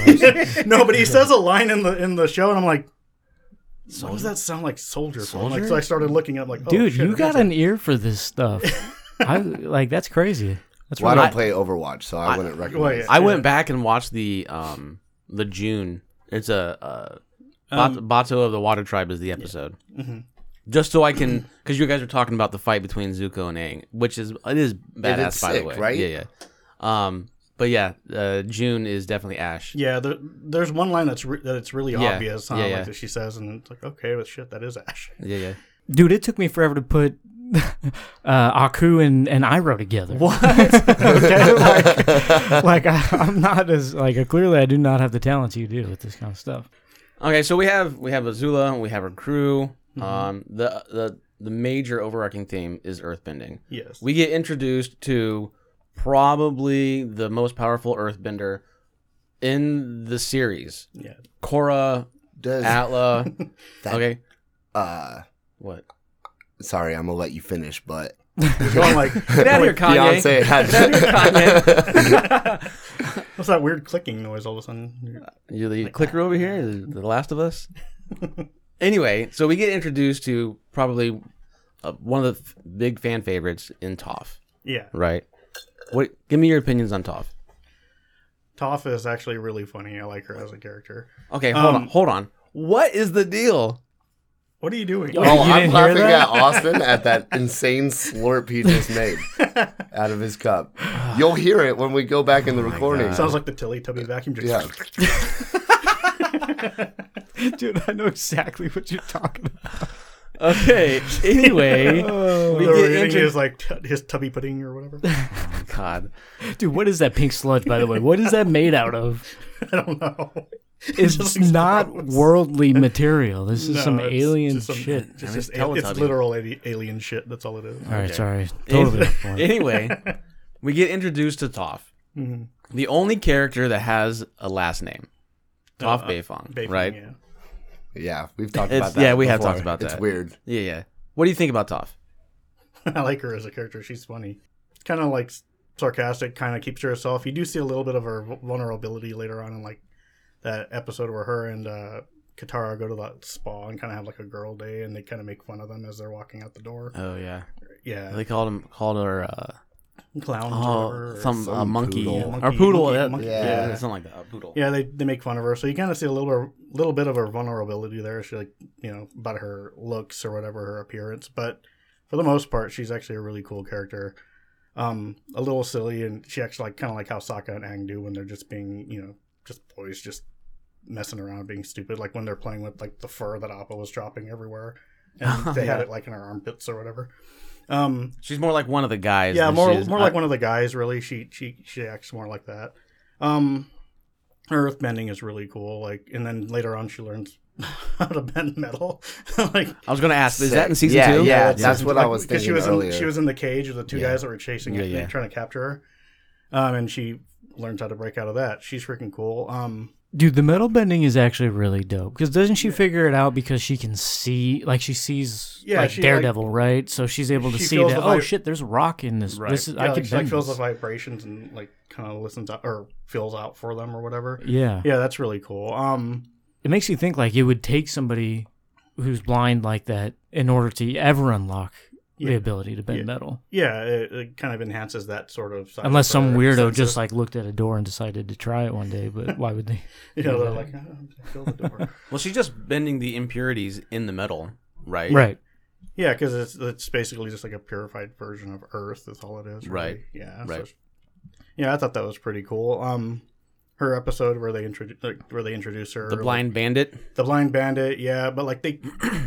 [SPEAKER 4] got...
[SPEAKER 5] [LAUGHS]
[SPEAKER 4] no, but he says a line in the in the show, and I'm like. What does that sound like, soldier? From? Like,
[SPEAKER 5] Soldier?
[SPEAKER 4] so I started looking up, like, oh,
[SPEAKER 2] Dude,
[SPEAKER 4] shit,
[SPEAKER 2] you
[SPEAKER 4] it
[SPEAKER 2] got
[SPEAKER 4] is a-
[SPEAKER 2] an ear for this [LAUGHS] stuff. I like that's crazy. That's
[SPEAKER 1] Well, I
[SPEAKER 2] really-
[SPEAKER 1] don't play Overwatch, so I, wouldn't
[SPEAKER 4] Wait,
[SPEAKER 1] recognize. it.
[SPEAKER 5] I went back and watched the um the June. It's a uh, Bat- Bato of the Water Tribe is the episode.
[SPEAKER 4] Mhm.
[SPEAKER 5] Just so I can, because you guys are talking about the fight between Zuko and Aang, which is it is badass by
[SPEAKER 1] sick,
[SPEAKER 5] the way,
[SPEAKER 1] right?
[SPEAKER 5] Yeah, yeah. Um, but yeah, uh, June is definitely Ash.
[SPEAKER 4] [LAUGHS] Yeah, there, there's one line that's re- that it's really
[SPEAKER 5] Yeah,
[SPEAKER 4] obvious, huh?
[SPEAKER 5] yeah,
[SPEAKER 4] like
[SPEAKER 5] yeah.
[SPEAKER 4] that she says, and it's like, okay, but shit, that is Ash.
[SPEAKER 5] yeah, yeah.
[SPEAKER 2] Dude, it took me forever to put [LAUGHS] uh, Aku and, and Iroh together. [LAUGHS] What? like like I, I'm not as like uh, clearly I do not have the talents you do with this kind of stuff.
[SPEAKER 5] Okay, so we have we have Azula, we have her crew.
[SPEAKER 1] Mm-hmm.
[SPEAKER 5] Um, the the the major overarching theme is earthbending.
[SPEAKER 4] Yes.
[SPEAKER 5] We get introduced to probably the most powerful earthbender in the series.
[SPEAKER 4] yeah.
[SPEAKER 1] [LAUGHS]
[SPEAKER 5] Korra,
[SPEAKER 1] Does,
[SPEAKER 5] Atla.
[SPEAKER 1] That-
[SPEAKER 5] okay.
[SPEAKER 1] uh, [LAUGHS]
[SPEAKER 5] What?
[SPEAKER 1] sorry, I'm gonna let you finish, but
[SPEAKER 4] Going like,
[SPEAKER 5] Get out of here, Kanye.
[SPEAKER 1] Beyonce [LAUGHS] had
[SPEAKER 5] Get out of here, Kanye.
[SPEAKER 4] what's that weird clicking noise all of a sudden?
[SPEAKER 5] you the clicker over here, The the Last
[SPEAKER 1] [LAUGHS]
[SPEAKER 5] of Us. anyway, so we get introduced to probably uh, one of the f- big fan favorites in Toph,
[SPEAKER 4] Yeah.
[SPEAKER 5] right? What? Give me your opinions on Toph.
[SPEAKER 4] Toph is actually really funny. I like her as a character.
[SPEAKER 5] Okay, hold
[SPEAKER 4] Um,
[SPEAKER 5] on, hold on. What is the deal?
[SPEAKER 4] What are you doing?
[SPEAKER 2] you
[SPEAKER 1] Oh, I'm
[SPEAKER 2] didn't hear
[SPEAKER 1] laughing
[SPEAKER 2] that?
[SPEAKER 1] at Austin at that insane slurp he just made out of his cup. You'll hear it when we go back in the recording.
[SPEAKER 4] Sounds like the Tilly Tubby vacuum.
[SPEAKER 1] [LAUGHS]
[SPEAKER 4] Just
[SPEAKER 1] Yeah.
[SPEAKER 2] Dude, I know exactly what you're talking about.
[SPEAKER 4] [LAUGHS]
[SPEAKER 5] Okay. Anyway, we
[SPEAKER 2] Oh,
[SPEAKER 4] The
[SPEAKER 5] get
[SPEAKER 4] rating
[SPEAKER 5] intro-
[SPEAKER 4] is like t- his tubby pudding or whatever. [LAUGHS]
[SPEAKER 5] God.
[SPEAKER 2] Dude, what is that pink sludge, by the way? What is that made out of?
[SPEAKER 4] I don't know.
[SPEAKER 2] It's
[SPEAKER 4] [LAUGHS] Just like
[SPEAKER 2] not
[SPEAKER 4] gross.
[SPEAKER 2] worldly material. This is
[SPEAKER 4] No,
[SPEAKER 2] some
[SPEAKER 4] it's
[SPEAKER 2] alien
[SPEAKER 4] just some-
[SPEAKER 2] shit.
[SPEAKER 4] It's, just
[SPEAKER 5] I mean,
[SPEAKER 4] a- it's
[SPEAKER 5] Teletubby.
[SPEAKER 4] literal ali- alien shit. That's all it is.
[SPEAKER 2] All right, sorry. Totally. off point.
[SPEAKER 4] [LAUGHS]
[SPEAKER 5] Anyway, we get introduced to Toph,
[SPEAKER 4] Mhm.
[SPEAKER 5] the only character that has a last name, Toph
[SPEAKER 4] uh,
[SPEAKER 5] Beifong,
[SPEAKER 4] Baby,
[SPEAKER 5] right?
[SPEAKER 4] yeah.
[SPEAKER 1] Yeah, we've talked
[SPEAKER 5] It's-
[SPEAKER 1] about that.
[SPEAKER 5] yeah, we have
[SPEAKER 1] before.
[SPEAKER 5] talked about
[SPEAKER 1] It's
[SPEAKER 5] that.
[SPEAKER 1] weird.
[SPEAKER 5] Yeah, yeah. What do you think about Toph?
[SPEAKER 4] [LAUGHS] I like her as a character. She's funny. Kind of like sarcastic, kind of keeps to herself. You do see a little bit of her vul- vulnerability later on in like that episode where her and uh, Katara go to that spa and kind of have like a girl day, and they kind of make fun of them as they're walking out the door.
[SPEAKER 5] Oh yeah,
[SPEAKER 4] Yeah,
[SPEAKER 5] they called him called her uh,
[SPEAKER 4] clowns. or
[SPEAKER 5] oh,
[SPEAKER 4] whatever, or-
[SPEAKER 5] some, uh,
[SPEAKER 1] some
[SPEAKER 5] monkey,
[SPEAKER 1] poodle.
[SPEAKER 5] or
[SPEAKER 4] Monkey,
[SPEAKER 5] poodle,
[SPEAKER 4] monkey,
[SPEAKER 5] yeah,
[SPEAKER 4] monkey.
[SPEAKER 5] yeah,
[SPEAKER 4] Yeah.
[SPEAKER 5] something like that. A poodle.
[SPEAKER 4] yeah, they, they make fun of her, so you kind of see a little little bit of her vulnerability there. She like you know about her looks or whatever her appearance, but for the most part, she's actually a really cool character. Um, a little silly, and she actually like kind of like how Sokka and Aang do when they're just being you know just boys, just messing around, being stupid. Like when they're playing with like the fur that Appa was dropping everywhere, and they had
[SPEAKER 5] Yeah.
[SPEAKER 4] it like in her armpits or whatever. Um,
[SPEAKER 5] She's more like one of the guys.
[SPEAKER 4] yeah,
[SPEAKER 5] than
[SPEAKER 4] more
[SPEAKER 5] she is-
[SPEAKER 4] more
[SPEAKER 5] I-
[SPEAKER 4] like one of the guys. Really, she she she acts more like that. Um, her earthbending is really cool. Like, and then later on, she learns [LAUGHS] how to bend metal. [LAUGHS] like,
[SPEAKER 5] I was gonna ask, is that in
[SPEAKER 1] Sick.
[SPEAKER 5] season
[SPEAKER 1] Yeah,
[SPEAKER 5] two?
[SPEAKER 1] yeah,
[SPEAKER 4] that's
[SPEAKER 1] that's what I was
[SPEAKER 4] because
[SPEAKER 1] thinking
[SPEAKER 4] she was
[SPEAKER 1] earlier.
[SPEAKER 4] in, she was in the cage with the two
[SPEAKER 5] Yeah.
[SPEAKER 4] guys that were chasing
[SPEAKER 5] Yeah,
[SPEAKER 4] it,
[SPEAKER 5] yeah.
[SPEAKER 4] trying to capture her. Um, and she learns how to break out of that. She's freaking cool. Um,
[SPEAKER 2] Dude, the metal bending is actually really dope because doesn't she figure it out because she can see, like she sees,
[SPEAKER 4] Yeah,
[SPEAKER 2] like
[SPEAKER 4] she, like-
[SPEAKER 2] Daredevil, right? So she's able to
[SPEAKER 4] She
[SPEAKER 2] see
[SPEAKER 4] feels
[SPEAKER 2] that.
[SPEAKER 4] the
[SPEAKER 2] Oh
[SPEAKER 4] vi-
[SPEAKER 2] shit, there's rock in this.
[SPEAKER 3] Right.
[SPEAKER 2] This is, I
[SPEAKER 4] yeah,
[SPEAKER 2] can
[SPEAKER 4] like, she like
[SPEAKER 2] bend.
[SPEAKER 4] feels the
[SPEAKER 2] This.
[SPEAKER 4] vibrations and like kind of listens out or feels out for them or whatever.
[SPEAKER 2] Yeah,
[SPEAKER 4] Yeah, that's really cool. Um,
[SPEAKER 2] it makes you think like it would take somebody who's blind like that in order to ever unlock the
[SPEAKER 4] Yeah.
[SPEAKER 2] ability to bend
[SPEAKER 4] Yeah.
[SPEAKER 2] metal,
[SPEAKER 4] yeah, it, it kind of enhances that sort of. side
[SPEAKER 2] unless
[SPEAKER 4] of
[SPEAKER 2] some
[SPEAKER 4] her
[SPEAKER 2] weirdo
[SPEAKER 4] senses. [LAUGHS]
[SPEAKER 2] just like looked at a door and decided to try it one day. But why would they?
[SPEAKER 4] you know
[SPEAKER 2] [LAUGHS]
[SPEAKER 4] they're like "Ah, fill the door. [LAUGHS]
[SPEAKER 5] Well, she's just bending the impurities in the metal, right?
[SPEAKER 4] [LAUGHS]
[SPEAKER 2] Right.
[SPEAKER 4] yeah, because it's it's basically just like a purified version of Earth. That's all it is.
[SPEAKER 5] Right.
[SPEAKER 4] really. Yeah. so
[SPEAKER 5] Right.
[SPEAKER 4] it's- yeah, I thought that was pretty cool. Um, her episode where they introduce like, where they introduce her
[SPEAKER 5] The
[SPEAKER 4] like,
[SPEAKER 5] blind bandit.
[SPEAKER 4] The blind bandit, yeah, but like they [CLEARS THROAT]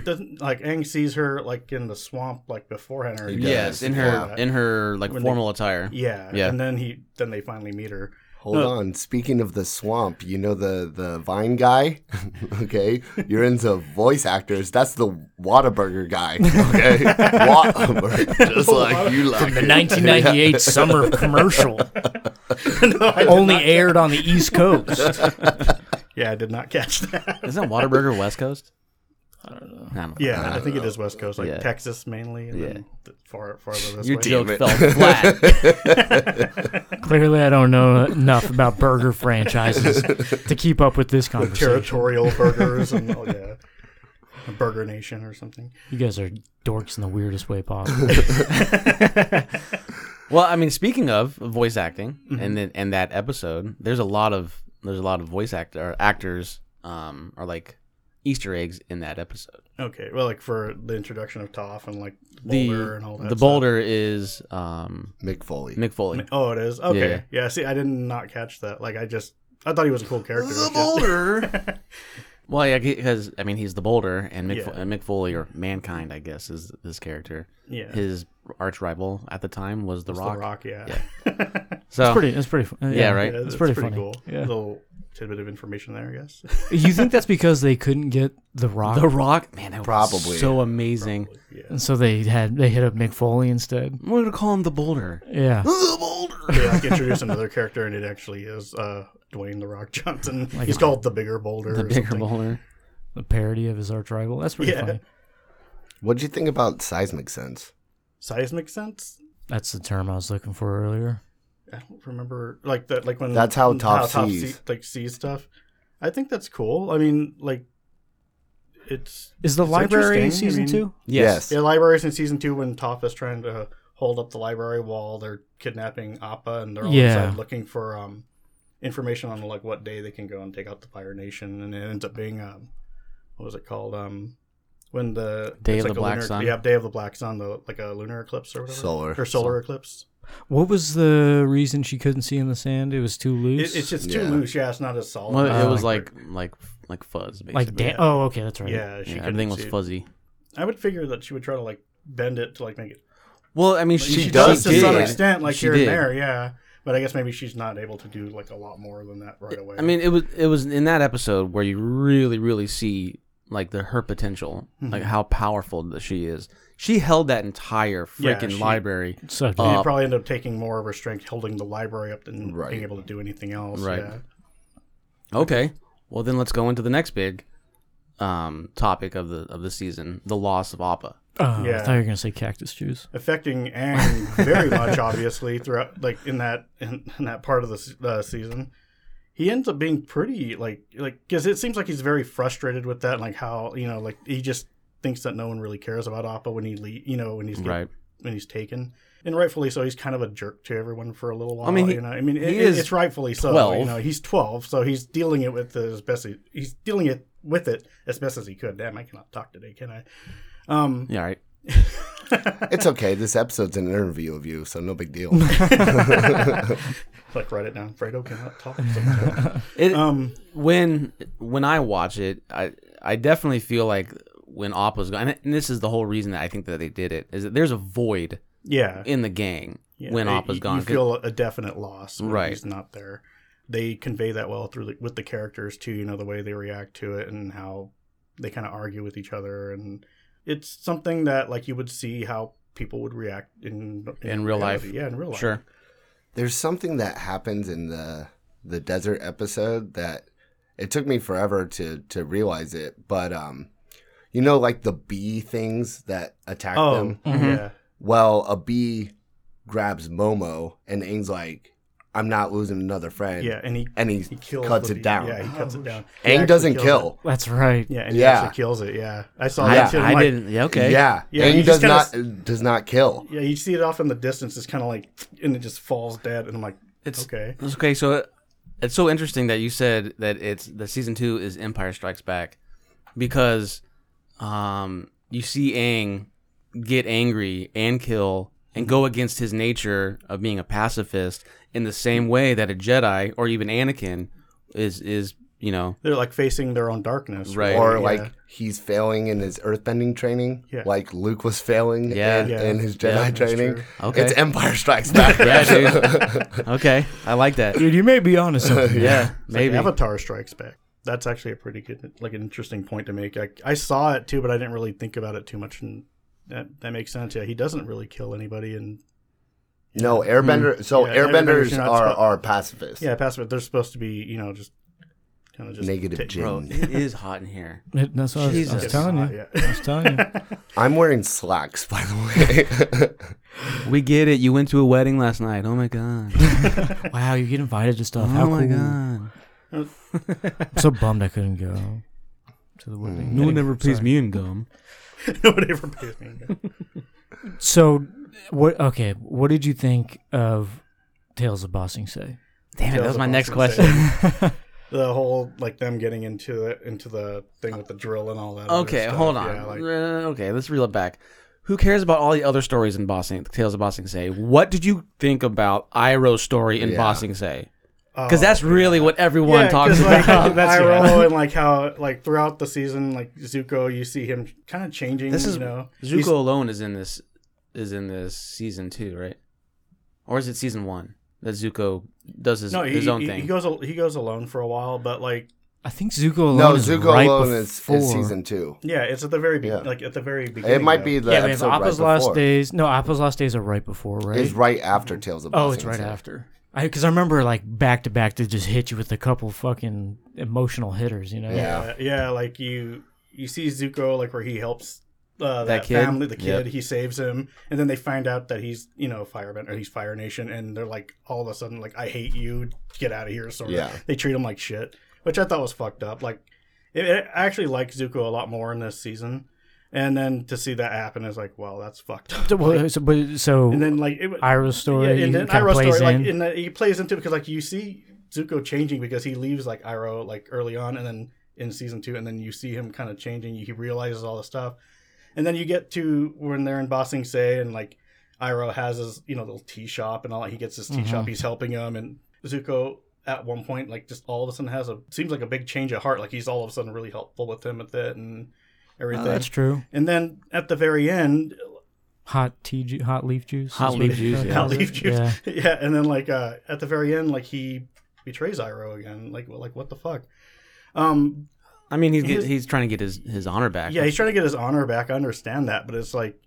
[SPEAKER 4] doesn't like Aang sees her like in the swamp like beforehand. Or he does
[SPEAKER 5] Yes, in her
[SPEAKER 4] before that.
[SPEAKER 5] in her like
[SPEAKER 4] When they-
[SPEAKER 5] formal attire.
[SPEAKER 4] yeah,
[SPEAKER 5] Yeah.
[SPEAKER 4] and then he then they finally meet her. [LAUGHS]
[SPEAKER 1] Hold on. Speaking of the swamp, you know the the vine guy. [LAUGHS] okay, you're into voice actors. That's the Whataburger guy. [LAUGHS] Okay, [LAUGHS] Whataburger, just like you like
[SPEAKER 2] The
[SPEAKER 1] it.
[SPEAKER 2] 1998
[SPEAKER 4] [LAUGHS]
[SPEAKER 2] summer commercial
[SPEAKER 4] No, I did
[SPEAKER 2] only
[SPEAKER 4] not-
[SPEAKER 2] aired on the East Coast.
[SPEAKER 4] [LAUGHS] yeah, I did not catch that.
[SPEAKER 5] Isn't Waterburger
[SPEAKER 4] [LAUGHS]
[SPEAKER 5] West Coast? I don't know.
[SPEAKER 4] Yeah, I think it is West Coast, like
[SPEAKER 5] uh, Yeah.
[SPEAKER 4] Texas mainly, and
[SPEAKER 5] Yeah.
[SPEAKER 4] then th- far farther this
[SPEAKER 5] Your
[SPEAKER 4] way.
[SPEAKER 5] joke fell
[SPEAKER 4] [LAUGHS]
[SPEAKER 5] flat.
[SPEAKER 2] Clearly, I don't know enough about burger franchises to keep up with this conversation.
[SPEAKER 4] Territorial burgers and oh yeah, [LAUGHS] Burger Nation or something.
[SPEAKER 2] You guys are dorks in the weirdest way possible.
[SPEAKER 5] well, I mean, speaking of voice acting,
[SPEAKER 4] Mm-hmm.
[SPEAKER 5] and then and that episode, there's a lot of there's a lot of voice actor actors um are like Easter eggs in that episode.
[SPEAKER 4] Okay, well, like for the introduction of Toph and like
[SPEAKER 5] The
[SPEAKER 4] Boulder and all that.
[SPEAKER 5] the
[SPEAKER 4] stuff.
[SPEAKER 5] boulder is um
[SPEAKER 1] Mick Foley.
[SPEAKER 5] Mick Foley.
[SPEAKER 4] Oh, it is okay. Yeah. see, I did not catch that. Like, I just I thought he was a cool character. It's just-
[SPEAKER 5] boulder. well, yeah, because I mean, he's the boulder, and Mick,
[SPEAKER 4] Yeah.
[SPEAKER 5] Fo- and Mick Foley or Mankind, I guess, is this character.
[SPEAKER 4] Yeah.
[SPEAKER 5] His arch rival at the time was the,
[SPEAKER 4] It's
[SPEAKER 5] Rock.
[SPEAKER 4] The Rock, yeah.
[SPEAKER 5] Yeah. So
[SPEAKER 2] It's pretty. It's pretty. fu- uh,
[SPEAKER 5] Yeah, right.
[SPEAKER 4] Yeah,
[SPEAKER 2] It's
[SPEAKER 4] that's
[SPEAKER 2] pretty
[SPEAKER 4] pretty,
[SPEAKER 2] funny.
[SPEAKER 4] cool.
[SPEAKER 2] Yeah.
[SPEAKER 4] Little tidbit of information there, I guess. [LAUGHS]
[SPEAKER 2] You think that's because they couldn't get the rock,
[SPEAKER 5] the Rock, man, that probably
[SPEAKER 1] Probably.
[SPEAKER 5] so amazing.
[SPEAKER 4] yeah.
[SPEAKER 2] and so they had they hit up Mick Foley
[SPEAKER 4] [GASPS]
[SPEAKER 2] instead.
[SPEAKER 5] We're gonna call him the Boulder.
[SPEAKER 2] Yeah,
[SPEAKER 5] The Boulder.
[SPEAKER 4] They like introduce another character, and it actually is uh, Dwayne the Rock Johnson. He's called the Bigger Boulder.
[SPEAKER 5] The
[SPEAKER 4] or
[SPEAKER 5] bigger
[SPEAKER 4] something.
[SPEAKER 5] Boulder.
[SPEAKER 2] a parody of his arch rival. That's pretty
[SPEAKER 4] Yeah.
[SPEAKER 2] funny.
[SPEAKER 1] What would you think about seismic sense?
[SPEAKER 4] Seismic sense.
[SPEAKER 2] That's the term I was looking for earlier.
[SPEAKER 4] I don't remember like that. Like when
[SPEAKER 1] That's how Toph
[SPEAKER 4] see-
[SPEAKER 1] sees.
[SPEAKER 4] like sees stuff. I think that's cool. I mean, like it's
[SPEAKER 2] Is the
[SPEAKER 4] It's
[SPEAKER 2] library in
[SPEAKER 4] interesting, I
[SPEAKER 2] season
[SPEAKER 4] mean-
[SPEAKER 2] two?
[SPEAKER 5] Yes.
[SPEAKER 4] Yeah, libraries in season two when Toph is trying to hold up the library wall, they're kidnapping Appa and they're all
[SPEAKER 2] Yeah.
[SPEAKER 4] inside looking for um, information on like what day they can go and take out the Fire Nation, and it ends up being um, what was it called? Um, when the
[SPEAKER 5] Day
[SPEAKER 4] it's
[SPEAKER 5] of
[SPEAKER 4] like
[SPEAKER 5] the
[SPEAKER 4] a
[SPEAKER 5] Black
[SPEAKER 4] lunar,
[SPEAKER 5] Sun?
[SPEAKER 4] Yeah, Day of the Black Sun, the like a lunar eclipse or whatever,
[SPEAKER 1] Solar.
[SPEAKER 4] or solar eclipse.
[SPEAKER 2] What was the reason she couldn't see in the sand? It was too loose.
[SPEAKER 4] It, it's just too
[SPEAKER 1] Yeah.
[SPEAKER 4] loose. Yeah, it's not as solid.
[SPEAKER 5] Well, it
[SPEAKER 2] Uh,
[SPEAKER 5] was like like like fuzz. Basically.
[SPEAKER 2] like da-
[SPEAKER 4] yeah.
[SPEAKER 2] oh, okay, that's right.
[SPEAKER 4] yeah, she
[SPEAKER 5] Yeah,
[SPEAKER 4] couldn't
[SPEAKER 5] everything was
[SPEAKER 4] see it.
[SPEAKER 5] fuzzy.
[SPEAKER 4] I would figure that she would try to like bend it to like make it.
[SPEAKER 5] Well, I mean,
[SPEAKER 4] like,
[SPEAKER 5] she,
[SPEAKER 1] does
[SPEAKER 5] she
[SPEAKER 4] to
[SPEAKER 5] did.
[SPEAKER 4] some extent, like
[SPEAKER 5] She
[SPEAKER 4] here
[SPEAKER 5] did.
[SPEAKER 4] and there. Yeah, but I guess maybe she's not able to do like a lot more than that right away.
[SPEAKER 5] I mean, it was it was in that episode where you really really see like the her potential, like
[SPEAKER 4] Mm-hmm.
[SPEAKER 5] how powerful that she is. She held that entire
[SPEAKER 4] Yeah,
[SPEAKER 5] freaking
[SPEAKER 4] she-
[SPEAKER 5] library.
[SPEAKER 2] So
[SPEAKER 4] You'd
[SPEAKER 5] up.
[SPEAKER 4] probably end up taking more of her strength holding the library up than
[SPEAKER 1] Right.
[SPEAKER 4] being able to do anything else.
[SPEAKER 5] Right.
[SPEAKER 4] Yeah.
[SPEAKER 5] Okay, well then let's go into the next big um, topic of the of the season: the loss of Appa.
[SPEAKER 2] Oh, I
[SPEAKER 4] Yeah.
[SPEAKER 2] thought you were gonna say cactus juice.
[SPEAKER 4] Affecting Aang very
[SPEAKER 5] [LAUGHS]
[SPEAKER 4] much, obviously, throughout like in that in, in that part of the s- uh, season. He ends up being pretty like like because it seems like he's very frustrated with that, like how you know like he just thinks that no one really cares about Appa when he le- you know when he's get-
[SPEAKER 5] Right.
[SPEAKER 4] when he's taken. And rightfully so, he's kind of a jerk to everyone for a little while. I
[SPEAKER 5] mean,
[SPEAKER 4] mean,
[SPEAKER 5] he-
[SPEAKER 4] you know, I mean, it,
[SPEAKER 5] he
[SPEAKER 4] it-
[SPEAKER 5] is
[SPEAKER 4] it's rightfully so.
[SPEAKER 5] 12.
[SPEAKER 4] You know, he's twelve, so he's dealing it with as best he, he's dealing it with it as best as he could. Damn, I cannot talk today, can I? Um,
[SPEAKER 5] Yeah, right.
[SPEAKER 4] [LAUGHS]
[SPEAKER 1] It's okay. This episode's an interview of you, so no big [LAUGHS] deal.
[SPEAKER 4] like write it down. Fredo cannot
[SPEAKER 5] [LAUGHS]
[SPEAKER 4] talk. sometimes.
[SPEAKER 5] It,
[SPEAKER 4] um,
[SPEAKER 5] when when I watch it, I I definitely feel like when Appa's gone, and this is the whole reason that I think that they did it is that there's a void
[SPEAKER 4] yeah,
[SPEAKER 5] in the gang
[SPEAKER 4] yeah.
[SPEAKER 5] when
[SPEAKER 4] It-
[SPEAKER 5] Appa's
[SPEAKER 4] you-
[SPEAKER 5] gone.
[SPEAKER 4] you
[SPEAKER 5] 'cause-
[SPEAKER 4] feel a definite loss. When
[SPEAKER 5] Right.
[SPEAKER 4] he's not there. They convey that well through the, with the characters too. You know, the way they react to it and how they kind of argue with each other, and it's something that like you would see how people would react in
[SPEAKER 5] In real life.
[SPEAKER 4] Yeah, in real life.
[SPEAKER 5] Sure.
[SPEAKER 1] There's something that happens in the the desert episode that it took me forever to to realize it, but um, you know, like the bee things that attack
[SPEAKER 4] Oh.
[SPEAKER 1] them.
[SPEAKER 4] Um, yeah.
[SPEAKER 1] Well, a bee grabs Momo, and Aang's like, "I'm not losing another friend."
[SPEAKER 4] Yeah, and he
[SPEAKER 1] and he,
[SPEAKER 4] he kills
[SPEAKER 1] cuts
[SPEAKER 4] the
[SPEAKER 1] it
[SPEAKER 4] bee.
[SPEAKER 1] down. Oh,
[SPEAKER 4] Yeah, he cuts it down. He
[SPEAKER 1] Aang
[SPEAKER 4] actually
[SPEAKER 1] doesn't
[SPEAKER 4] kills
[SPEAKER 1] kill.
[SPEAKER 2] That's right.
[SPEAKER 4] it. Yeah, and he
[SPEAKER 1] Yeah.
[SPEAKER 4] actually kills it. Yeah, I saw
[SPEAKER 1] Yeah,
[SPEAKER 4] that too. and I'm
[SPEAKER 5] I
[SPEAKER 4] like,
[SPEAKER 5] didn't. Yeah, okay.
[SPEAKER 1] Yeah,
[SPEAKER 4] Yeah,
[SPEAKER 1] and
[SPEAKER 4] you
[SPEAKER 1] he does not
[SPEAKER 4] just kinda
[SPEAKER 1] does not kill.
[SPEAKER 4] Yeah, you see it off in the distance. It's kind of like, and it just falls dead. And I'm like,
[SPEAKER 5] It's
[SPEAKER 4] okay.
[SPEAKER 5] It's okay. So it- it's so interesting that you said that it's the season two is Empire Strikes Back because um, you see Aang get angry and kill and
[SPEAKER 2] Mm-hmm.
[SPEAKER 5] go against his nature of being a pacifist in the same way that a Jedi or even Anakin is is you know
[SPEAKER 4] They're like facing their own darkness.
[SPEAKER 5] Right.
[SPEAKER 1] Or
[SPEAKER 4] Yeah.
[SPEAKER 1] like he's failing in his earthbending training,
[SPEAKER 4] Yeah.
[SPEAKER 1] like Luke was failing
[SPEAKER 5] Yeah.
[SPEAKER 1] in,
[SPEAKER 4] Yeah.
[SPEAKER 1] in his Jedi training.
[SPEAKER 4] true.
[SPEAKER 5] Okay.
[SPEAKER 1] It's Empire Strikes
[SPEAKER 2] [LAUGHS]
[SPEAKER 1] Back.
[SPEAKER 5] yeah dude e- okay I like that
[SPEAKER 2] Dude, you may be onto something.
[SPEAKER 5] yeah
[SPEAKER 4] Maybe.
[SPEAKER 5] maybe
[SPEAKER 4] Avatar Strikes Back. That's actually a pretty good, like an interesting point to make. I, I saw it too, but I didn't really think about it too much. And that, that makes sense. Yeah, he doesn't really kill anybody. And
[SPEAKER 1] no, Airbender. So
[SPEAKER 4] Hmm. Yeah, Airbenders,
[SPEAKER 1] Airbenders
[SPEAKER 4] you're not
[SPEAKER 1] are,
[SPEAKER 4] supposed-
[SPEAKER 1] are pacifists.
[SPEAKER 4] yeah, pass it. They're supposed to be, you know, just kind of just
[SPEAKER 1] Negative
[SPEAKER 4] take-
[SPEAKER 1] Jin.
[SPEAKER 5] bro it is hot in here
[SPEAKER 2] It- That's what I was, I was
[SPEAKER 5] Jesus.
[SPEAKER 2] telling you.
[SPEAKER 4] Yeah.
[SPEAKER 2] I was telling you.
[SPEAKER 1] I'm wearing slacks, by
[SPEAKER 2] [LAUGHS]
[SPEAKER 1] the way.
[SPEAKER 5] we get it you went to a wedding last night oh
[SPEAKER 2] [LAUGHS]
[SPEAKER 5] my god
[SPEAKER 2] Wow, you get invited to stuff. How
[SPEAKER 5] oh my
[SPEAKER 2] cool.
[SPEAKER 5] god
[SPEAKER 2] I'm so bummed I couldn't go to the wedding.
[SPEAKER 5] no one
[SPEAKER 2] Anyway,
[SPEAKER 5] ever plays
[SPEAKER 2] sorry.
[SPEAKER 5] me in gum
[SPEAKER 4] [LAUGHS] Nobody ever pays me.
[SPEAKER 2] So, what? Okay, what did you think of Tales of Bossing Say?
[SPEAKER 5] damn it that was my
[SPEAKER 4] Awesome
[SPEAKER 5] next
[SPEAKER 4] Say.
[SPEAKER 5] question.
[SPEAKER 4] the whole like them getting into the into the thing with the drill and all that. other
[SPEAKER 5] [LAUGHS] Okay,
[SPEAKER 4] stuff.
[SPEAKER 5] hold on.
[SPEAKER 4] Yeah, like,
[SPEAKER 5] Uh, okay, let's reel it back. Who cares about all the other stories in Bossing Tales of Bossing Say? What did you think about Iroh's story in
[SPEAKER 1] Yeah.
[SPEAKER 5] Bossing Say?
[SPEAKER 4] oh.
[SPEAKER 5] Because that's really what everyone
[SPEAKER 4] Yeah,
[SPEAKER 5] talks
[SPEAKER 4] 'cause, like,
[SPEAKER 5] about. [LAUGHS]
[SPEAKER 4] [LAUGHS] that's
[SPEAKER 5] yeah.
[SPEAKER 4] Iroh and like how like throughout the season, like Zuko, you see him kind of changing.
[SPEAKER 5] This is
[SPEAKER 4] you know,
[SPEAKER 5] Zuko
[SPEAKER 4] He's-
[SPEAKER 5] alone is in this is in this season two, right? Or is it season one that Zuko does his,
[SPEAKER 4] no, he,
[SPEAKER 5] his own
[SPEAKER 4] he,
[SPEAKER 5] thing?
[SPEAKER 4] he goes al- he goes alone for a while, but like
[SPEAKER 2] I think Zuko alone.
[SPEAKER 1] no,
[SPEAKER 2] is
[SPEAKER 1] Zuko
[SPEAKER 2] right
[SPEAKER 1] alone is,
[SPEAKER 2] before.
[SPEAKER 1] is season two.
[SPEAKER 4] yeah, it's at the very be-
[SPEAKER 1] Yeah.
[SPEAKER 4] like at the very beginning.
[SPEAKER 1] It might
[SPEAKER 4] though.
[SPEAKER 1] be the
[SPEAKER 2] Yeah, we have
[SPEAKER 1] episode right
[SPEAKER 2] Appa's Lost
[SPEAKER 1] before.
[SPEAKER 2] Days. No, Appa's Lost Days are right before, right?
[SPEAKER 1] It's right after Tales of.
[SPEAKER 2] oh, it's
[SPEAKER 1] Bossing Say.
[SPEAKER 2] right after. Because I, remember like back to back to just hit you with a couple fucking emotional hitters, you know?
[SPEAKER 1] Yeah.
[SPEAKER 4] yeah, Uh, yeah, like you you see Zuko like where he helps. Uh, that,
[SPEAKER 5] kid?
[SPEAKER 4] family, the
[SPEAKER 5] Yep.
[SPEAKER 4] kid, he saves him, and then they find out that he's, you know, fireman or he's Fire Nation, and they're like, all of a sudden, like, I hate you, get out of here. Sort
[SPEAKER 1] Yeah.
[SPEAKER 4] of. They treat him like shit, which I thought was fucked up. Like, it, it, I actually like Zuko a lot more in this season, and then to see that happen is like, well, that's fucked up.
[SPEAKER 2] So, [LAUGHS] well, so, but, so
[SPEAKER 4] And then like it,
[SPEAKER 2] Iroh's story
[SPEAKER 4] yeah, and then
[SPEAKER 2] kinda
[SPEAKER 4] Iroh's
[SPEAKER 2] plays
[SPEAKER 4] story,
[SPEAKER 2] in.
[SPEAKER 4] like, and then he plays into it because like you see Zuko changing because he leaves like Iroh like early on, and then in season two, and then you see him kind of changing. He realizes all the stuff, and then you get to when they're in Bossing Say, and like Iroh has his you know little tea shop and all. that. He gets his tea
[SPEAKER 2] Mm-hmm.
[SPEAKER 4] shop. He's helping him, and Zuko at one point like just all of a sudden has a seems like a big change of heart. Like he's all of a sudden really helpful with him with it and
[SPEAKER 2] Oh,
[SPEAKER 4] everything.
[SPEAKER 2] that's true.
[SPEAKER 4] and then at the very end,
[SPEAKER 2] Hot tea, ju- hot leaf juice. is
[SPEAKER 5] Hot
[SPEAKER 2] what
[SPEAKER 5] leaf
[SPEAKER 2] it-
[SPEAKER 5] juice, yeah.
[SPEAKER 4] Hot leaf juice.
[SPEAKER 2] Yeah.
[SPEAKER 4] [LAUGHS] yeah, and then like uh, at the very end, like he betrays Iroh again. Like, well, like what the fuck? Um,
[SPEAKER 5] I mean, he's
[SPEAKER 4] He
[SPEAKER 5] get,
[SPEAKER 4] was-
[SPEAKER 5] he's trying to get his, his honor back.
[SPEAKER 4] yeah, he's trying to get his honor back. I understand that, but it's like,